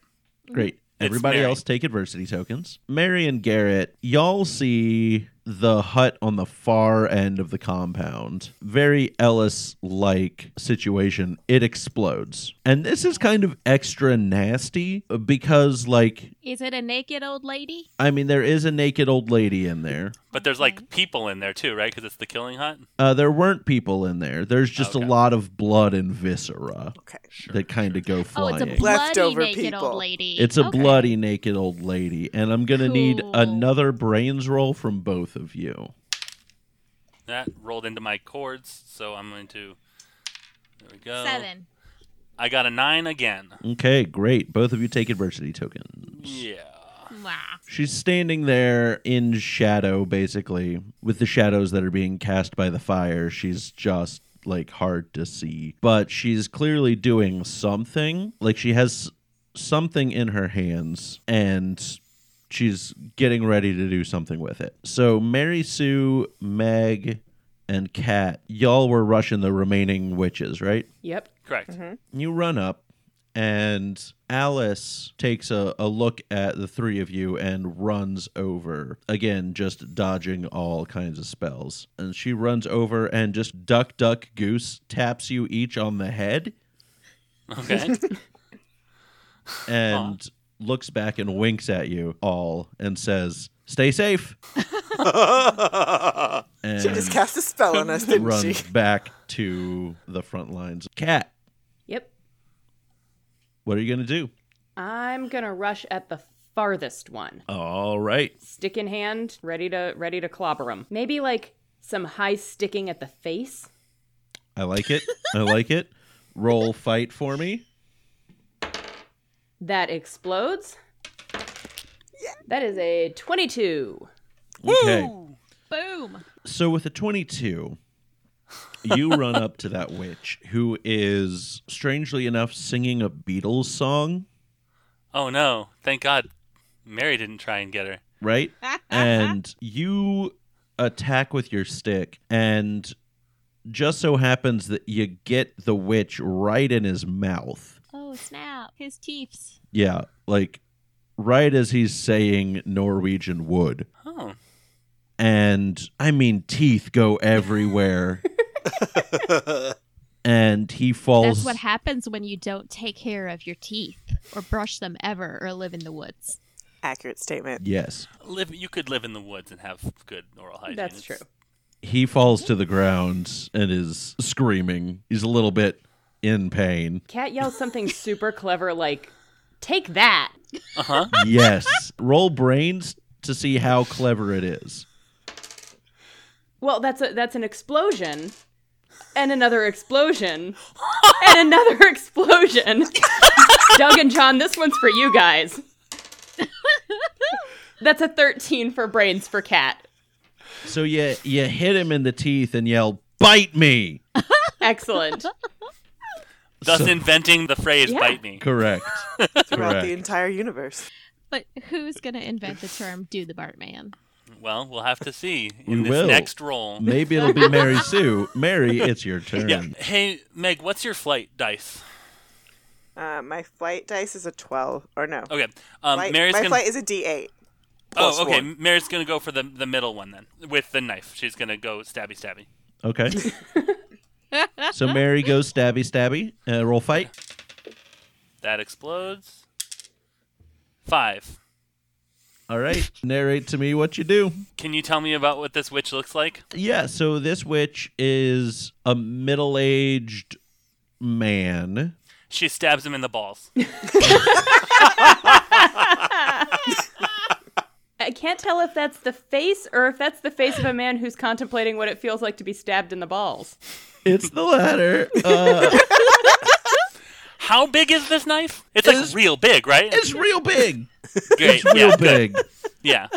[SPEAKER 1] Great.
[SPEAKER 3] Mm-hmm. It's
[SPEAKER 1] Everybody
[SPEAKER 3] Mary.
[SPEAKER 1] else take adversity tokens. Mary and Garrett, y'all see the hut on the far end of the compound. Very Ellis like situation. It explodes. And this is kind of extra nasty because, like,
[SPEAKER 5] Is it a naked old lady?
[SPEAKER 1] I mean, there is a naked old lady in there.
[SPEAKER 3] But there's like people in there too, right? Because it's the killing hut.
[SPEAKER 1] Uh, there weren't people in there. There's just
[SPEAKER 3] Okay.
[SPEAKER 1] a lot of blood and viscera
[SPEAKER 2] Okay.
[SPEAKER 1] that kind of go
[SPEAKER 5] Oh,
[SPEAKER 1] flying.
[SPEAKER 5] it's a bloody
[SPEAKER 2] Leftover
[SPEAKER 5] naked
[SPEAKER 2] people.
[SPEAKER 5] old lady.
[SPEAKER 1] It's a
[SPEAKER 5] Okay.
[SPEAKER 1] bloody naked old lady, and I'm gonna need
[SPEAKER 5] Cool.
[SPEAKER 1] another brains roll from both of you.
[SPEAKER 3] That rolled into my chords, so I'm going to. There we go.
[SPEAKER 5] Seven.
[SPEAKER 3] I got a nine again.
[SPEAKER 1] Okay, great. Both of you take adversity tokens.
[SPEAKER 3] Yeah.
[SPEAKER 5] Wow.
[SPEAKER 1] She's standing there in shadow, basically, with the shadows that are being cast by the fire. She's just like hard to see, but she's clearly doing something. Like she has something in her hands and she's getting ready to do something with it. So, Mary Sue, Meg, and Kat, y'all were rushing the remaining witches, right?
[SPEAKER 7] Yep.
[SPEAKER 3] Correct.
[SPEAKER 7] Mm-hmm.
[SPEAKER 1] you run up and alice takes a, a look at the three of you and runs over again just dodging all kinds of spells and she runs over and just duck duck goose taps you each on the head
[SPEAKER 3] Okay.
[SPEAKER 7] <laughs>
[SPEAKER 1] and looks back and winks at you all and says stay
[SPEAKER 2] <laughs>
[SPEAKER 1] safe and
[SPEAKER 2] She just cast a spell on us, didn't she?
[SPEAKER 1] runs back to the front lines cat
[SPEAKER 7] Yep.
[SPEAKER 1] what are you gonna do
[SPEAKER 7] I'm gonna rush at the farthest one.
[SPEAKER 1] all right
[SPEAKER 7] Stick in hand, ready to ready to clobber him. Maybe like some high sticking at the face.
[SPEAKER 1] i like it i like it roll fight for me
[SPEAKER 7] That explodes. That is a 22.
[SPEAKER 1] Okay.
[SPEAKER 5] Boom.
[SPEAKER 1] So with a 22, you run up to that witch who is strangely enough singing a Beatles song,
[SPEAKER 3] oh no! Thank God, Mary didn't try and get her.
[SPEAKER 1] right? and you attack with your stick and just so happens that you get the witch right in his mouth.
[SPEAKER 5] Oh, snap. His teeth.
[SPEAKER 1] Yeah, like right as he's saying Norwegian wood.
[SPEAKER 3] Oh.
[SPEAKER 1] and I mean teeth go everywhere.
[SPEAKER 3] <laughs>
[SPEAKER 1] and he falls.
[SPEAKER 5] That's what happens when you don't take care of your teeth or brush them ever or live in the woods.
[SPEAKER 2] Accurate statement.
[SPEAKER 1] yes,
[SPEAKER 3] Live. You could live in the woods and have good oral hygiene.
[SPEAKER 7] That's
[SPEAKER 3] It's-
[SPEAKER 7] true.
[SPEAKER 1] he falls to the ground and is screaming. He's a little bit in
[SPEAKER 5] <laughs>
[SPEAKER 1] pain.
[SPEAKER 7] Cat yells something super clever like, "Take that."
[SPEAKER 1] Yes, roll brains to see how clever it is.
[SPEAKER 7] Well, that's a that's an explosion, and another explosion, and another <laughs> explosion. Doug and John, this one's for you guys. <laughs> that's a thirteen for brains for cat.
[SPEAKER 1] So you you hit him in the teeth and yell, "Bite me!"
[SPEAKER 7] Excellent.
[SPEAKER 3] Thus
[SPEAKER 1] So-
[SPEAKER 3] inventing the phrase
[SPEAKER 7] Yeah.
[SPEAKER 3] "bite me."
[SPEAKER 1] Correct.
[SPEAKER 2] <laughs> Throughout
[SPEAKER 1] Correct.
[SPEAKER 2] the entire universe.
[SPEAKER 5] But who's going to invent the term do the Bartman?
[SPEAKER 3] Well, we'll have to see in
[SPEAKER 1] We
[SPEAKER 3] this
[SPEAKER 1] will.
[SPEAKER 3] next roll.
[SPEAKER 1] Maybe it'll be Mary Sue. Mary, it's
[SPEAKER 2] <laughs>
[SPEAKER 1] your turn.
[SPEAKER 3] Yeah. Hey, Meg, what's your flight dice?
[SPEAKER 2] Uh, my flight dice is a 12. Or no.
[SPEAKER 3] Okay. Um,
[SPEAKER 2] Flight-
[SPEAKER 3] Mary's
[SPEAKER 2] my
[SPEAKER 3] gonna.
[SPEAKER 2] flight is a D8. plus
[SPEAKER 3] oh, okay.
[SPEAKER 2] one.
[SPEAKER 3] Mary's gonna go for the the middle one then with the knife. She's gonna go stabby stabby.
[SPEAKER 2] <laughs>
[SPEAKER 1] Okay. so Mary goes stabby stabby. Uh, roll fight.
[SPEAKER 3] That explodes. Five.
[SPEAKER 1] All right. Narrate to me what you do.
[SPEAKER 3] Can you tell me about what this witch looks like?
[SPEAKER 1] Yeah, so this witch is a middle-aged man.
[SPEAKER 3] She stabs him in the balls.
[SPEAKER 7] Uh, Cat can't tell if that's the face or if that's the face of a man who's contemplating what it feels like to be stabbed in the balls.
[SPEAKER 1] It's the latter. Uh,
[SPEAKER 3] How big is this knife? It's like
[SPEAKER 1] It's-
[SPEAKER 3] real big, right?
[SPEAKER 1] it's real big.
[SPEAKER 3] Great.
[SPEAKER 1] It's real
[SPEAKER 3] yeah, good.
[SPEAKER 1] big.
[SPEAKER 3] Yeah.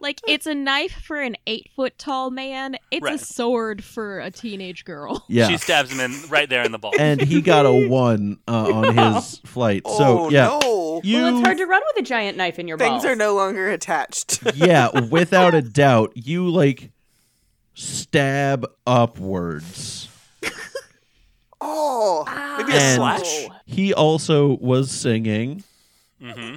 [SPEAKER 5] Like it's a knife for an eight foot tall man. It's
[SPEAKER 3] Right.
[SPEAKER 5] a sword for a teenage girl.
[SPEAKER 1] Yeah.
[SPEAKER 3] She stabs him in right there in the ball.
[SPEAKER 1] and he got a one uh, on his flight. So
[SPEAKER 8] oh
[SPEAKER 1] yeah,
[SPEAKER 8] no!
[SPEAKER 1] you
[SPEAKER 7] well, it's hard to run with a giant knife in your
[SPEAKER 2] Things
[SPEAKER 1] Oh.
[SPEAKER 7] balls.
[SPEAKER 2] are no
[SPEAKER 1] <laughs>
[SPEAKER 2] longer attached.
[SPEAKER 1] yeah, without a doubt, you like stab upwards.
[SPEAKER 2] Oh, maybe a
[SPEAKER 1] Ah. And-
[SPEAKER 2] slash.
[SPEAKER 1] He also was singing.
[SPEAKER 3] hmm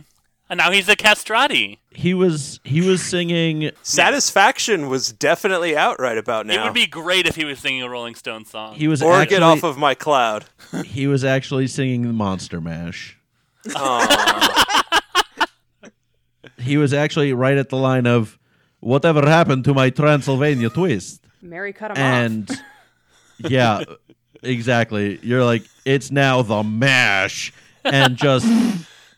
[SPEAKER 3] And now he's a castrati.
[SPEAKER 1] He was he was singing.
[SPEAKER 8] Satisfaction was definitely outright about now.
[SPEAKER 3] It would be great if he was singing a Rolling Stones song.
[SPEAKER 1] He was
[SPEAKER 8] or
[SPEAKER 1] actually,
[SPEAKER 8] get off of my <laughs> cloud.
[SPEAKER 1] He was actually singing the Monster Mash.
[SPEAKER 8] Aw.
[SPEAKER 1] He was actually right at the line of whatever happened to my Transylvania twist.
[SPEAKER 7] Mary cut him off.
[SPEAKER 1] and yeah, exactly. You're like, it's now the mash, and just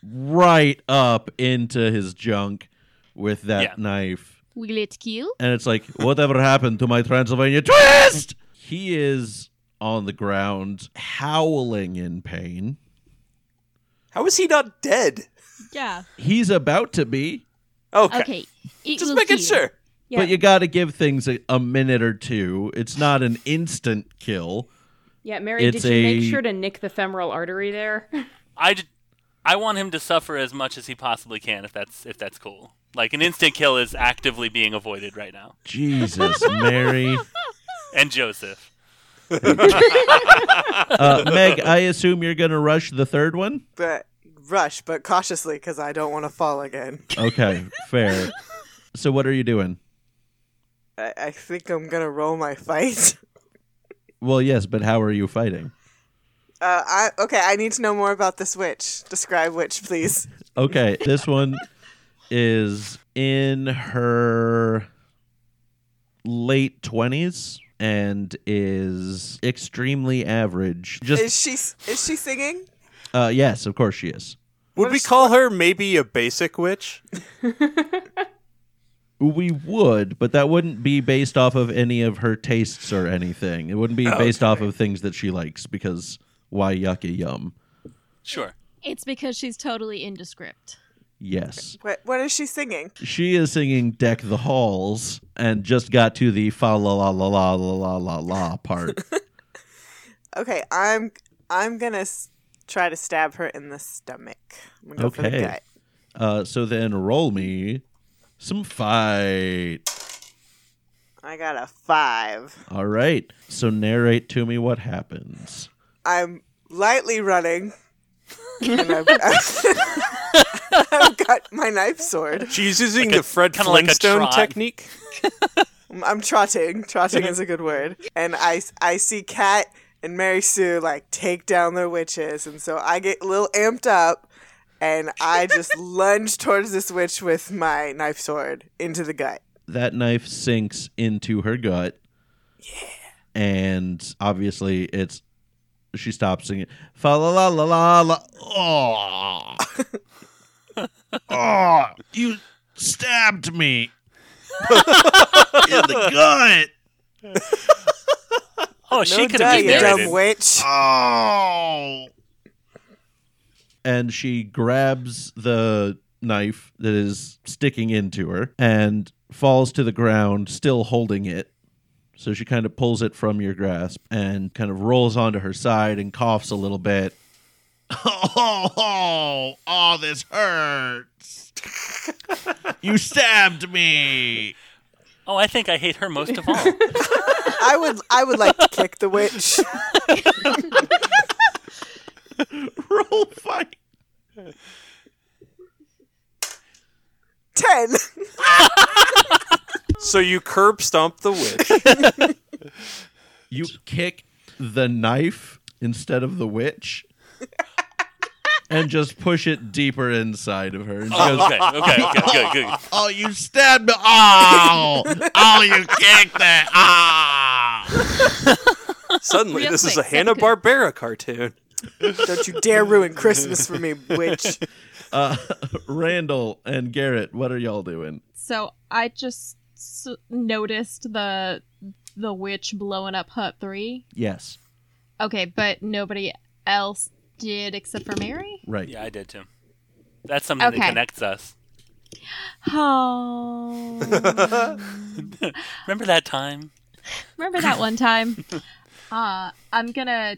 [SPEAKER 1] right up into his junk with that
[SPEAKER 3] Yeah.
[SPEAKER 1] knife.
[SPEAKER 5] Will it kill?
[SPEAKER 1] And it's like, whatever happened to my Transylvania twist? He is on the ground, howling in pain.
[SPEAKER 8] How is he not dead?
[SPEAKER 5] Yeah.
[SPEAKER 1] He's about to be,
[SPEAKER 8] Okay,
[SPEAKER 5] Okay. It
[SPEAKER 8] just
[SPEAKER 5] will
[SPEAKER 8] making
[SPEAKER 5] kill.
[SPEAKER 8] sure.
[SPEAKER 7] Yeah.
[SPEAKER 1] but you got to give things a, a minute or two. It's not an instant kill.
[SPEAKER 7] yeah, Mary,
[SPEAKER 1] it's
[SPEAKER 7] did you make
[SPEAKER 1] a-
[SPEAKER 7] sure to nick the femoral artery there?
[SPEAKER 3] I, j- I want him to suffer as much as he possibly can, if that's if that's cool. Like an instant kill is actively being avoided right now.
[SPEAKER 1] Jesus, Mary.
[SPEAKER 3] And Joseph.
[SPEAKER 1] Uh, Meg, I assume you're going to rush the third one?
[SPEAKER 2] But rush, but cautiously because I don't want to fall again.
[SPEAKER 1] Okay, fair. So what are you doing?
[SPEAKER 2] I, I think I'm gonna roll my fight. <laughs>
[SPEAKER 1] Well, yes, but how are you fighting?
[SPEAKER 2] Uh, I okay. I need to know more about this witch. Describe witch, please.
[SPEAKER 1] Okay, this one is in her late 20s and is extremely average.
[SPEAKER 2] Is
[SPEAKER 1] Just
[SPEAKER 2] she is she singing?
[SPEAKER 1] uh yes, of course she is.
[SPEAKER 8] Would we call her maybe a basic witch?
[SPEAKER 1] We would, but that wouldn't be based off of any of her tastes or anything. It wouldn't be based off of things that she likes because why yucky yum.
[SPEAKER 3] Sure.
[SPEAKER 5] It's because she's totally indescript.
[SPEAKER 1] Yes.
[SPEAKER 2] What what is she singing?
[SPEAKER 1] She is singing "Deck the Halls" and just got to the fa la la la la la la la la part.
[SPEAKER 2] Okay, I'm I'm gonna s- try to stab her in the stomach. I'm gonna go for the
[SPEAKER 1] Okay.
[SPEAKER 2] gut.
[SPEAKER 1] uh, so then roll me some fight.
[SPEAKER 2] I got a five.
[SPEAKER 1] All right. So narrate to me what happens.
[SPEAKER 2] I'm lightly running. and I've, <laughs> I've- I've got my knife sword.
[SPEAKER 8] <laughs> She's using
[SPEAKER 3] Like a-
[SPEAKER 8] the Fred
[SPEAKER 3] kinda like a
[SPEAKER 8] Flintstone
[SPEAKER 3] trot.
[SPEAKER 8] technique.
[SPEAKER 2] I'm, I'm trotting. Trotting is a good word. And I, s- I see Kat and Mary Sue like take down their witches. And so I get a little amped up and I just lunge towards this witch with my knife sword into the gut.
[SPEAKER 1] That knife sinks into her gut. Yeah. And obviously, it's she stops singing fa la la la la la. Oh. oh, you stabbed me in the gut.
[SPEAKER 3] Oh, she could
[SPEAKER 2] duh,
[SPEAKER 3] have
[SPEAKER 2] you
[SPEAKER 3] been
[SPEAKER 2] dumb
[SPEAKER 3] narrated.
[SPEAKER 2] witch.
[SPEAKER 1] Oh. And she grabs the knife that is sticking into her and falls to the ground, still holding it. So she kind of pulls it from your grasp and kind of rolls onto her side and coughs a little bit. Oh, <laughs> oh, oh this hurts. <laughs> you stabbed me.
[SPEAKER 3] Oh, I think I hate her most of
[SPEAKER 5] <laughs>
[SPEAKER 3] all.
[SPEAKER 2] I would I would like to kick the witch.
[SPEAKER 1] <laughs> Roll fight.
[SPEAKER 2] Ten.
[SPEAKER 8] <laughs> So you curb stomp the witch.
[SPEAKER 1] You kick the knife instead of the
[SPEAKER 3] <laughs>
[SPEAKER 1] witch and just push it deeper inside of her. And she
[SPEAKER 3] Oh,
[SPEAKER 1] goes,
[SPEAKER 3] okay, okay, okay, good, good.
[SPEAKER 1] Oh, you stabbed me. Oh, oh, you kicked that. Ah.
[SPEAKER 8] <laughs> Suddenly,
[SPEAKER 5] Real
[SPEAKER 8] this is a
[SPEAKER 5] quick,
[SPEAKER 8] Hanna Barbera cartoon.
[SPEAKER 2] Don't you dare ruin Christmas for me, witch.
[SPEAKER 1] Uh, <laughs> Randall and Garrett, what are y'all doing?
[SPEAKER 5] So I just s- noticed the the witch blowing up Hut Three.
[SPEAKER 1] Yes.
[SPEAKER 5] Okay, but nobody else did except for Mary.
[SPEAKER 1] Right.
[SPEAKER 3] Yeah, I did too. That's something that
[SPEAKER 5] Okay.
[SPEAKER 3] connects us.
[SPEAKER 5] Oh,
[SPEAKER 3] Remember that time?
[SPEAKER 5] <laughs> remember that one time? Uh, I'm gonna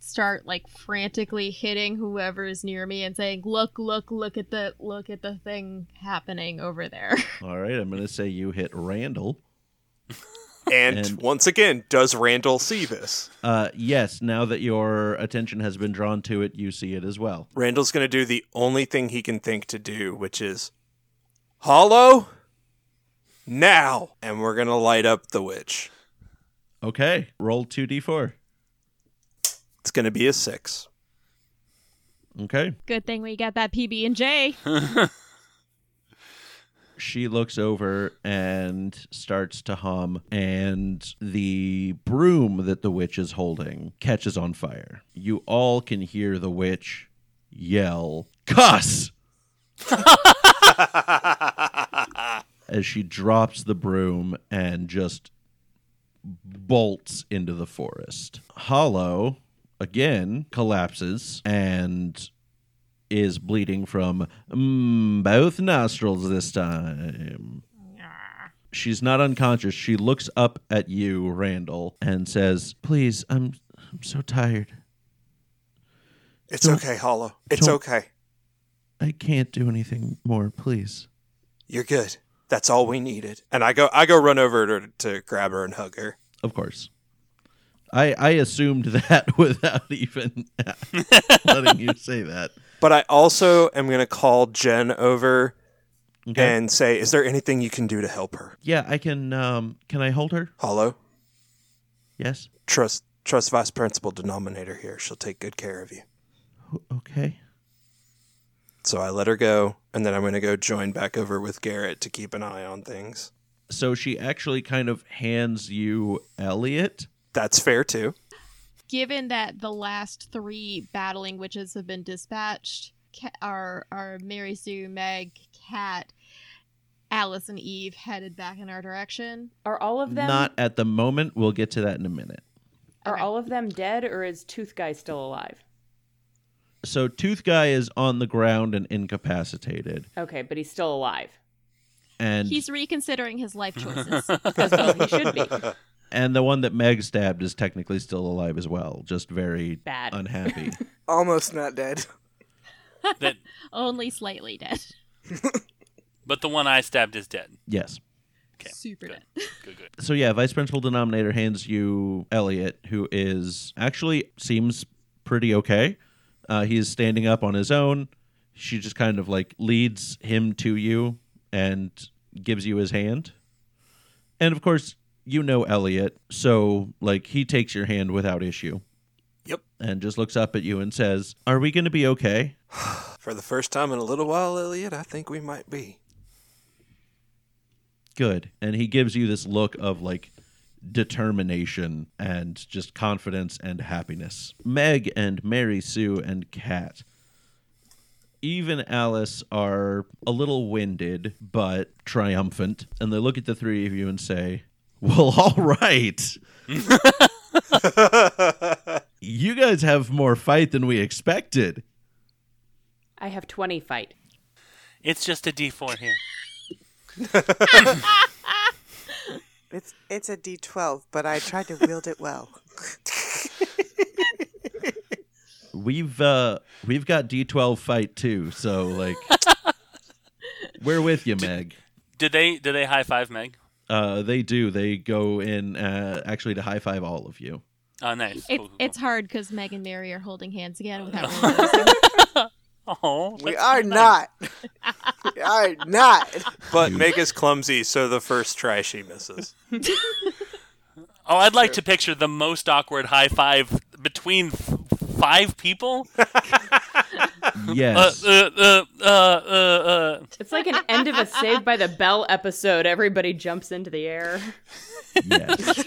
[SPEAKER 5] start like frantically hitting whoever is near me and saying, "Look, look, look at the look at the thing happening over there." <laughs>
[SPEAKER 1] All right, I'm going to say you hit Randall.
[SPEAKER 8] And,
[SPEAKER 1] And-
[SPEAKER 8] once again, does Randall see this?
[SPEAKER 1] Uh, yes, now that your attention has been drawn to it, you see it as well.
[SPEAKER 8] Randall's going to do the only thing he can think to do, which is hollow now. And we're going to light up the witch.
[SPEAKER 1] Okay, roll 2d4.
[SPEAKER 8] It's going to be a six. <laughs>
[SPEAKER 1] Okay.
[SPEAKER 5] Good thing we got that PB and J.
[SPEAKER 1] She looks over and starts to hum, and the broom that the witch is holding catches on fire. You all can hear the witch yell, Cuss! as she drops the broom and just bolts into the forest. Hollow again collapses and is bleeding from mm, both nostrils this time. She's not unconscious. She looks up at you, Randall, and says, "Please, I'm I'm so tired.
[SPEAKER 8] It's okay, Hollow. It's
[SPEAKER 1] don't-
[SPEAKER 8] okay.
[SPEAKER 1] I can't do anything more, please."
[SPEAKER 8] You're good. That's all we needed. And I go I go run over to, to grab her and hug her.
[SPEAKER 1] Of course. I I assumed <laughs> that without even <laughs> letting you say that.
[SPEAKER 8] But I also am going to call Jen over
[SPEAKER 1] Okay.
[SPEAKER 8] and say, "Is there anything you can do to help her?"
[SPEAKER 1] yeah, I can um can I hold her?
[SPEAKER 8] Hollow,
[SPEAKER 1] Yes.
[SPEAKER 8] trust trust vice principal denominator here. She'll take good care of you.
[SPEAKER 1] O- Okay.
[SPEAKER 8] So I let her go, and then I'm going to go join back over with Garrett to keep an eye on things.
[SPEAKER 1] So she actually kind of hands you Elliot.
[SPEAKER 8] That's fair too. <sighs>
[SPEAKER 5] Given that the last three battling witches have been dispatched, Ca- our our Mary Sue, Meg, Cat, Alice, and Eve headed back in our direction.
[SPEAKER 7] Are all of them
[SPEAKER 1] Not at the moment. We'll get to that in a minute.
[SPEAKER 7] are
[SPEAKER 5] Okay.
[SPEAKER 7] all of them dead or is Tooth Guy still alive?
[SPEAKER 1] So Tooth Guy is on the ground and incapacitated.
[SPEAKER 7] Okay, but he's still alive.
[SPEAKER 1] And
[SPEAKER 5] He's reconsidering his life choices.
[SPEAKER 7] As well he should be.
[SPEAKER 1] and the one that Meg stabbed is technically still alive as well, just very
[SPEAKER 7] Bad. <laughs>
[SPEAKER 1] unhappy.
[SPEAKER 2] Almost not dead.
[SPEAKER 3] That,
[SPEAKER 5] Only slightly dead.
[SPEAKER 3] but the one I stabbed is dead.
[SPEAKER 1] yes.
[SPEAKER 5] Super dead.
[SPEAKER 3] Good, good.
[SPEAKER 1] So yeah, Vice Principal Denominator hands you Elliot, who is actually seems pretty okay. Uh, he is standing up on his own. She just kind of like leads him to you and gives you his hand. And of course, you know Elliot, so like he takes your hand without issue.
[SPEAKER 8] Yep.
[SPEAKER 1] And just looks up at you and says, "Are we going to be okay?"
[SPEAKER 8] For the first time in a little while, Elliot, I think we might be.
[SPEAKER 1] Good. And he gives you this look of like determination and just confidence and happiness. Meg and Mary Sue and Kat. Even Alice are a little winded but triumphant, and they look at the three of you and say, "Well, <laughs> all right. you guys have more fight than we expected."
[SPEAKER 7] I have 20 fight.
[SPEAKER 3] It's just a D4 here.
[SPEAKER 2] It's it's a D twelve, but I tried to wield it well.
[SPEAKER 1] we've uh we've got d12 fight too so
[SPEAKER 2] <laughs>
[SPEAKER 1] like we're with you meg
[SPEAKER 3] Did they? Did they high five Meg?
[SPEAKER 1] uh they do they go in uh actually to high five all of
[SPEAKER 2] <laughs>
[SPEAKER 1] you
[SPEAKER 3] Oh, nice.
[SPEAKER 5] It, it's hard because Meg and Mary are holding hands again without realizing.
[SPEAKER 3] oh,
[SPEAKER 2] We are not. we are not.
[SPEAKER 8] But Meg is clumsy, so the first try she misses.
[SPEAKER 3] oh, I'd like to picture the most awkward high five between f- five people. Uh,
[SPEAKER 1] yes
[SPEAKER 3] uh, uh, uh, uh, uh.
[SPEAKER 7] It's like an end of a Saved by the Bell episode. Everybody jumps into the air.
[SPEAKER 1] yes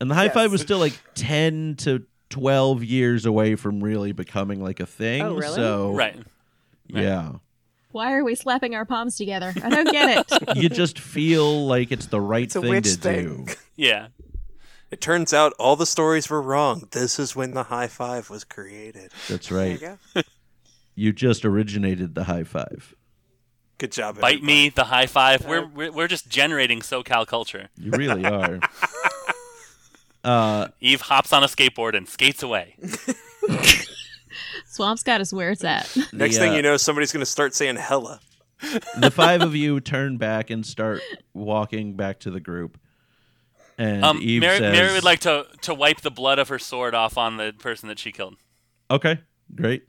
[SPEAKER 1] and the high five was still like 10 to 12 years away from really becoming like a thing
[SPEAKER 3] uh.
[SPEAKER 7] Oh, really?
[SPEAKER 1] so
[SPEAKER 3] Right.
[SPEAKER 1] yeah
[SPEAKER 5] Why are we slapping our palms together? I don't get
[SPEAKER 1] <laughs>
[SPEAKER 5] it.
[SPEAKER 9] you just feel like it's the right
[SPEAKER 2] It's a
[SPEAKER 9] thing
[SPEAKER 2] witch
[SPEAKER 9] to
[SPEAKER 2] thing.
[SPEAKER 9] do.
[SPEAKER 3] Yeah.
[SPEAKER 8] It turns out all the stories were wrong. This is when the high five was created.
[SPEAKER 1] That's
[SPEAKER 2] <laughs> There you
[SPEAKER 1] right.
[SPEAKER 2] go.
[SPEAKER 1] You just originated the high five.
[SPEAKER 8] Good job.
[SPEAKER 3] Bite me, the high five. We're, we're, we're just generating SoCal culture.
[SPEAKER 1] You
[SPEAKER 2] <laughs>
[SPEAKER 1] really
[SPEAKER 3] <laughs>
[SPEAKER 1] are. Uh,
[SPEAKER 3] Eve hops on a skateboard and skates away.
[SPEAKER 5] Swamp's got us where it's at.
[SPEAKER 8] Next
[SPEAKER 1] the,
[SPEAKER 8] thing
[SPEAKER 1] uh,
[SPEAKER 8] you know, somebody's going to start saying hella.
[SPEAKER 1] the five of you turn back and start walking back to the group. And
[SPEAKER 3] Um,
[SPEAKER 1] Eve
[SPEAKER 3] Mary,
[SPEAKER 1] says,
[SPEAKER 3] Mary would like to, to wipe the blood of her sword off on the person that she killed.
[SPEAKER 1] "Okay, great."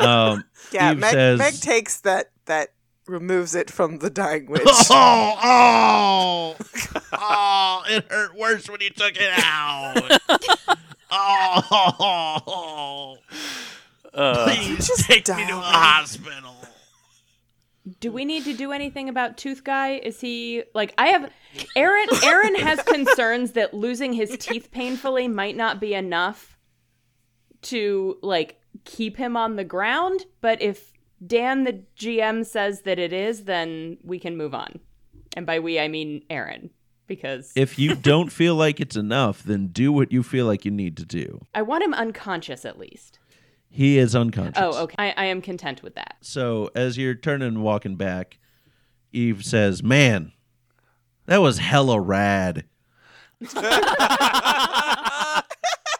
[SPEAKER 1] um,
[SPEAKER 2] Yeah,
[SPEAKER 1] Eve
[SPEAKER 2] Meg,
[SPEAKER 1] says-
[SPEAKER 2] Meg takes that that removes it from the dying witch.
[SPEAKER 1] oh, oh, oh! It hurt worse when you took it out. oh,
[SPEAKER 3] Uh,
[SPEAKER 1] <laughs> please
[SPEAKER 2] Just take me to die. a
[SPEAKER 1] hospital.
[SPEAKER 7] Do we need to do anything about Tooth Guy? Is he like I have Aaron Aaron has concerns that losing his teeth painfully might not be enough to like keep him on the ground, but if Dan the GM says that it is, then we can move on. And by we I mean Aaron because
[SPEAKER 1] If you don't feel like it's enough, then do what you feel like you need to do.
[SPEAKER 7] I want him unconscious at least.
[SPEAKER 1] He is unconscious.
[SPEAKER 7] Oh, okay. I, I am content with that.
[SPEAKER 1] So as you're turning and walking back, Eve says, "Man, that was hella rad."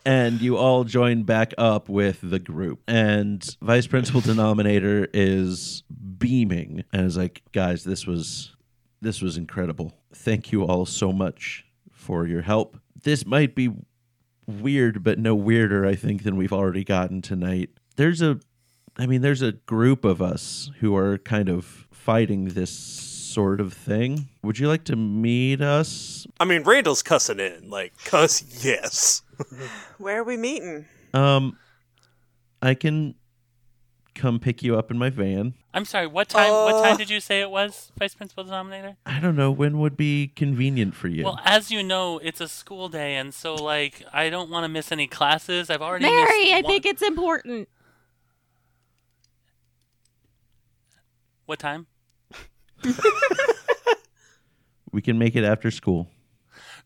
[SPEAKER 1] and you all join back up with the group. And Vice Principal Denominator is beaming and is like, "Guys, this was this was incredible. Thank you all so much for your help. This might be weird, but no weirder, I think, than we've already gotten tonight. There's a, I mean, there's a group of us who are kind of fighting this sort of thing. Would you like to meet us?
[SPEAKER 8] I mean, Randall's cussing in. Like, cuss yes. <laughs>
[SPEAKER 2] Where are we meeting?
[SPEAKER 1] Um, I can come pick you up in my van.
[SPEAKER 3] I'm sorry, what time what
[SPEAKER 8] Uh.
[SPEAKER 3] time did you say it was, Vice Principal Denominator?
[SPEAKER 1] I don't know when would be convenient for you.
[SPEAKER 3] Well, as you know, it's a school day, and so, like, I don't want to miss any classes. I've already
[SPEAKER 5] Mary,
[SPEAKER 3] missed
[SPEAKER 5] I
[SPEAKER 3] one-
[SPEAKER 5] think it's important.
[SPEAKER 3] What time?
[SPEAKER 1] we can make it after school.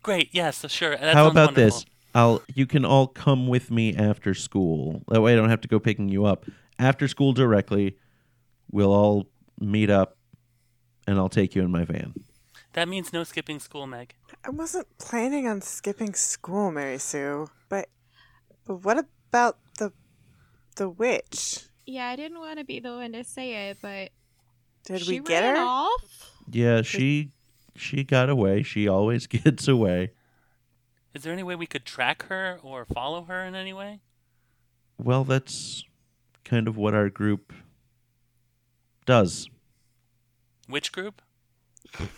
[SPEAKER 3] Great, yes, sure. That
[SPEAKER 1] How
[SPEAKER 3] sounds
[SPEAKER 1] about
[SPEAKER 3] wonderful.
[SPEAKER 1] this? I'll you can all come with me after school. That way I don't have to go picking you up. After school directly, we'll all meet up and I'll take you in my van.
[SPEAKER 3] That means no skipping school, Meg.
[SPEAKER 2] I wasn't planning on skipping school, Mary Sue. But but what about the the witch?
[SPEAKER 5] Yeah, I didn't want to be the one to say it, but
[SPEAKER 2] Did
[SPEAKER 5] she
[SPEAKER 2] we get
[SPEAKER 5] ran
[SPEAKER 2] her?
[SPEAKER 5] off.
[SPEAKER 1] Yeah, she she got away. She always <laughs> gets away.
[SPEAKER 3] Is there any way we could track her or follow her in any way?
[SPEAKER 1] Well, that's kind of what our group does,
[SPEAKER 3] Which group?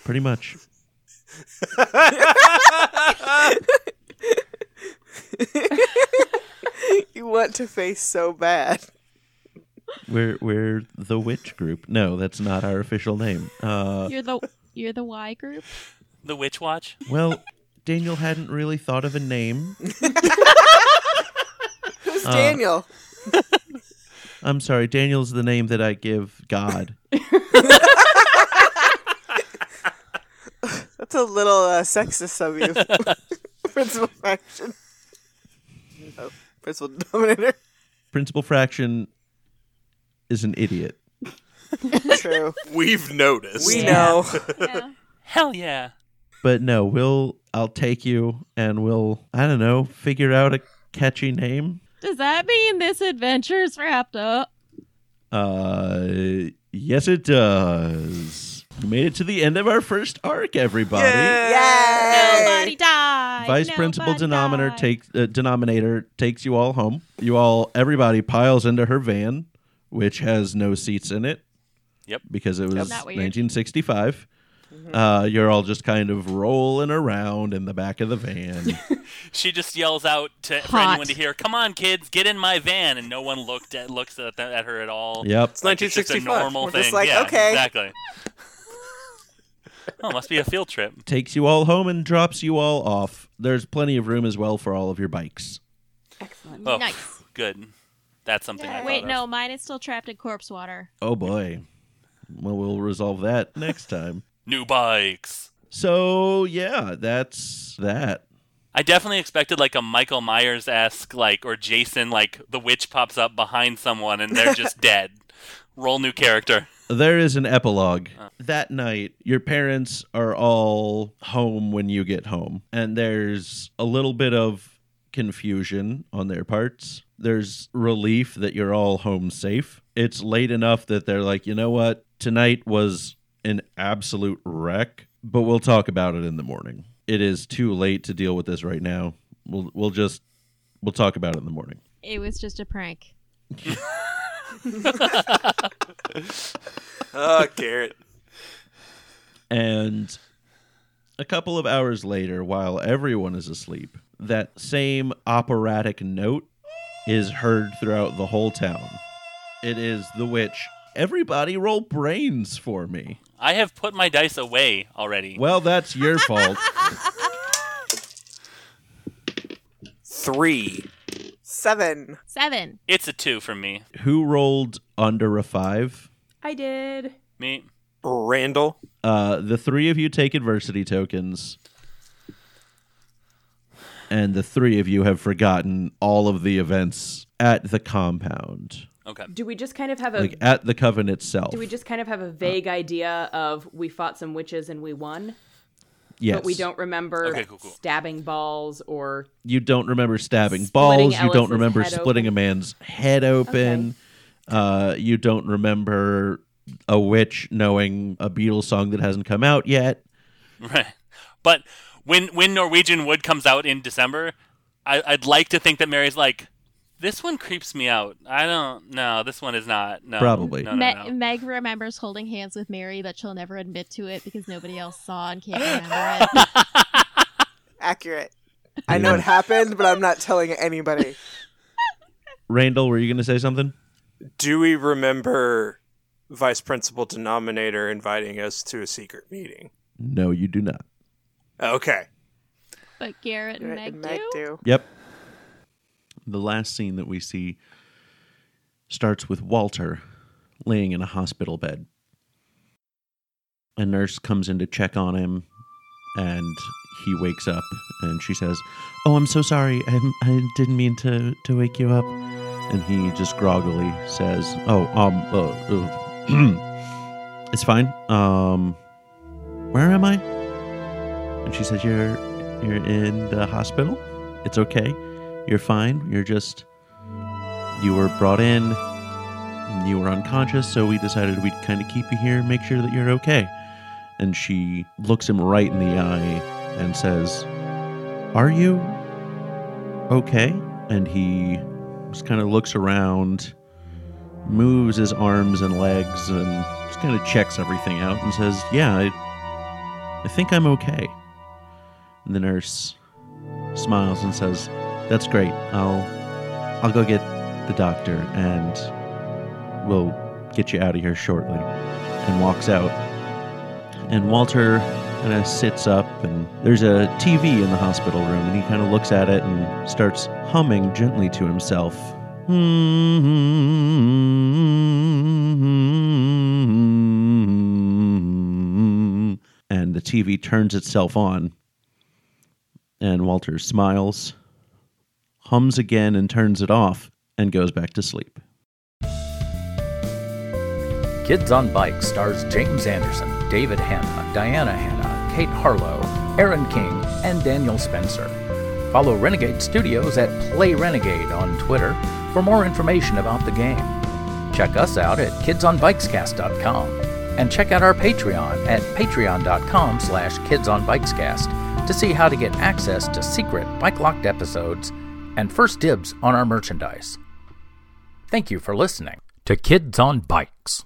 [SPEAKER 1] pretty much.
[SPEAKER 2] You want to face so bad.
[SPEAKER 1] We're we're the witch group. No, that's not our official name. <laughs> Uh
[SPEAKER 5] You're the you're the Y group.
[SPEAKER 3] The Witch Watch?
[SPEAKER 1] well, Daniel hadn't really thought of a name.
[SPEAKER 2] Who's Daniel?
[SPEAKER 1] I'm sorry, Daniel's the name that I give God.
[SPEAKER 2] That's a little uh, sexist of you, <laughs> principal faction. Oh, principal
[SPEAKER 5] <laughs>
[SPEAKER 2] dominator.
[SPEAKER 1] Principal Fraction is an idiot.
[SPEAKER 2] True.
[SPEAKER 8] We've noticed.
[SPEAKER 2] We
[SPEAKER 5] Yeah.
[SPEAKER 8] <laughs>
[SPEAKER 2] know.
[SPEAKER 5] Yeah.
[SPEAKER 3] Hell yeah.
[SPEAKER 1] But no, we'll I'll take you and we'll I don't know, figure out a catchy name.
[SPEAKER 5] Does that mean this adventure's wrapped up?
[SPEAKER 1] Uh yes it does. We made it to the end of our first arc, everybody.
[SPEAKER 2] Yay!
[SPEAKER 5] Nobody died.
[SPEAKER 1] Vice Principal
[SPEAKER 5] Nobody
[SPEAKER 1] Denominator
[SPEAKER 5] died.
[SPEAKER 1] takes uh, Denominator takes you all home. You all everybody piles into her van, which has no seats in it.
[SPEAKER 3] Yep.
[SPEAKER 1] Because it was
[SPEAKER 5] Isn't that weird?
[SPEAKER 1] 1965. Uh, you're all just kind of rolling around in the back of the van.
[SPEAKER 3] She just yells out to, for
[SPEAKER 5] Hot.
[SPEAKER 3] anyone to hear, "Come on, kids, get in my van!" And no one looked at looks at, th- at her at all.
[SPEAKER 1] yep.
[SPEAKER 8] It's
[SPEAKER 3] Like, it's just a
[SPEAKER 8] 1965.
[SPEAKER 3] normal
[SPEAKER 2] We're
[SPEAKER 3] thing.
[SPEAKER 2] just like,
[SPEAKER 3] yeah,
[SPEAKER 2] okay.
[SPEAKER 3] exactly. oh, must be a field trip.
[SPEAKER 1] Takes you all home and drops you all off. There's plenty of room as well for all of your bikes.
[SPEAKER 3] Oh,
[SPEAKER 5] Nice.
[SPEAKER 3] good. That's something. I
[SPEAKER 5] Wait,
[SPEAKER 3] thought
[SPEAKER 5] no,
[SPEAKER 3] Of.
[SPEAKER 5] mine is still trapped in corpse water.
[SPEAKER 1] Oh boy. Well, we'll resolve that next time.
[SPEAKER 3] New bikes.
[SPEAKER 1] So yeah, that's that.
[SPEAKER 3] I definitely expected like a Michael Myers esque like or Jason like the witch pops up behind someone and they're just dead. Roll new character. <laughs>
[SPEAKER 1] There is an epilogue. That night, your parents are all home when you get home, and there's a little bit of confusion on their parts. There's relief that you're all home safe. It's late enough that they're like, you know what? Tonight was an absolute wreck, but we'll talk about it in the morning. It is too late to deal with this right now. We'll we'll just we'll talk about it in the morning.
[SPEAKER 5] It was just a prank.
[SPEAKER 8] Oh, Garrett.
[SPEAKER 1] And a couple of hours later, while everyone is asleep, that same operatic note is heard throughout the whole town. It is the witch. Everybody roll brains for me.
[SPEAKER 3] I have put my dice away already.
[SPEAKER 1] Well, that's
[SPEAKER 7] <laughs>
[SPEAKER 1] your fault.
[SPEAKER 8] Three.
[SPEAKER 2] Seven.
[SPEAKER 5] Seven.
[SPEAKER 3] It's a two from me.
[SPEAKER 1] Who rolled under a five?
[SPEAKER 7] I did.
[SPEAKER 3] Me.
[SPEAKER 8] Randall.
[SPEAKER 1] Uh, the three of you take adversity tokens. And the three of you have forgotten all of the events at the compound,
[SPEAKER 3] Okay. <laughs>
[SPEAKER 7] Do we just kind of have a
[SPEAKER 1] like at the coven itself.
[SPEAKER 7] Uh, do we just kind of have a vague idea of we fought some witches and we won,
[SPEAKER 1] yes.
[SPEAKER 7] but we don't remember
[SPEAKER 3] Okay, cool, cool.
[SPEAKER 7] stabbing balls or
[SPEAKER 1] you don't remember stabbing
[SPEAKER 7] Splitting
[SPEAKER 1] balls. You don't
[SPEAKER 7] Alice's
[SPEAKER 1] remember
[SPEAKER 7] head
[SPEAKER 1] splitting
[SPEAKER 7] open.
[SPEAKER 1] a man's head open. Uh, you don't remember a witch knowing a Beatles song that hasn't come out yet.
[SPEAKER 3] Right. But when when Norwegian Wood comes out in December, I, I'd like to think that Mary's like, this one creeps me out. I don't. No, this one is not. No.
[SPEAKER 1] Probably.
[SPEAKER 3] No, no,
[SPEAKER 5] Me-
[SPEAKER 3] no.
[SPEAKER 5] Meg remembers holding hands with Mary, but she'll never admit to it because nobody else saw and can't remember it.
[SPEAKER 2] Accurate. I know it happened, but I'm not telling anybody.
[SPEAKER 1] Randall, were you going to say something?
[SPEAKER 8] Do we remember Vice Principal Denominator inviting us to a secret meeting?
[SPEAKER 1] No, you do not.
[SPEAKER 8] Okay.
[SPEAKER 5] But Garrett and
[SPEAKER 2] Right,
[SPEAKER 5] Meg,
[SPEAKER 2] and Meg
[SPEAKER 5] do.
[SPEAKER 2] do.
[SPEAKER 1] Yep. The last scene that we see starts with Walter laying in a hospital bed. A nurse comes in to check on him and he wakes up and she says, "Oh, I'm so sorry. I I didn't mean to to wake you up." And he just groggily says, "Oh, um uh, uh, <clears throat> it's fine. Um where am I?" And she says, "You're you're in the hospital." It's okay. You're fine. You're just. You were brought in. You were unconscious, so we decided we'd kind of keep you here, make sure that you're okay. And she looks him right in the eye and says, Are you okay? And he just kind of looks around, moves his arms and legs, and just kind of checks everything out and says, Yeah, I, I think I'm okay. And the nurse smiles and says, "That's great. I'll I'll go get the doctor and we'll get you out of here shortly." And walks out. And Walter kind of sits up and there's a TV in the hospital room and he kind of looks at it and starts humming gently to himself. And the TV turns itself on and Walter smiles, hums again and turns it off, and goes back to sleep.
[SPEAKER 11] Kids on Bikes stars James Anderson, David Hanna, Diana Hanna, Kate Harlow, Aaron King, and Daniel Spencer. Follow Renegade Studios at Play Renegade on Twitter for more information about the game. Check us out at kidsonbikescast.com and check out our Patreon at patreon.com slash kidsonbikescast to see how to get access to secret Bike Locked episodes and first dibs on our merchandise. Thank you for listening to Kids on Bikes.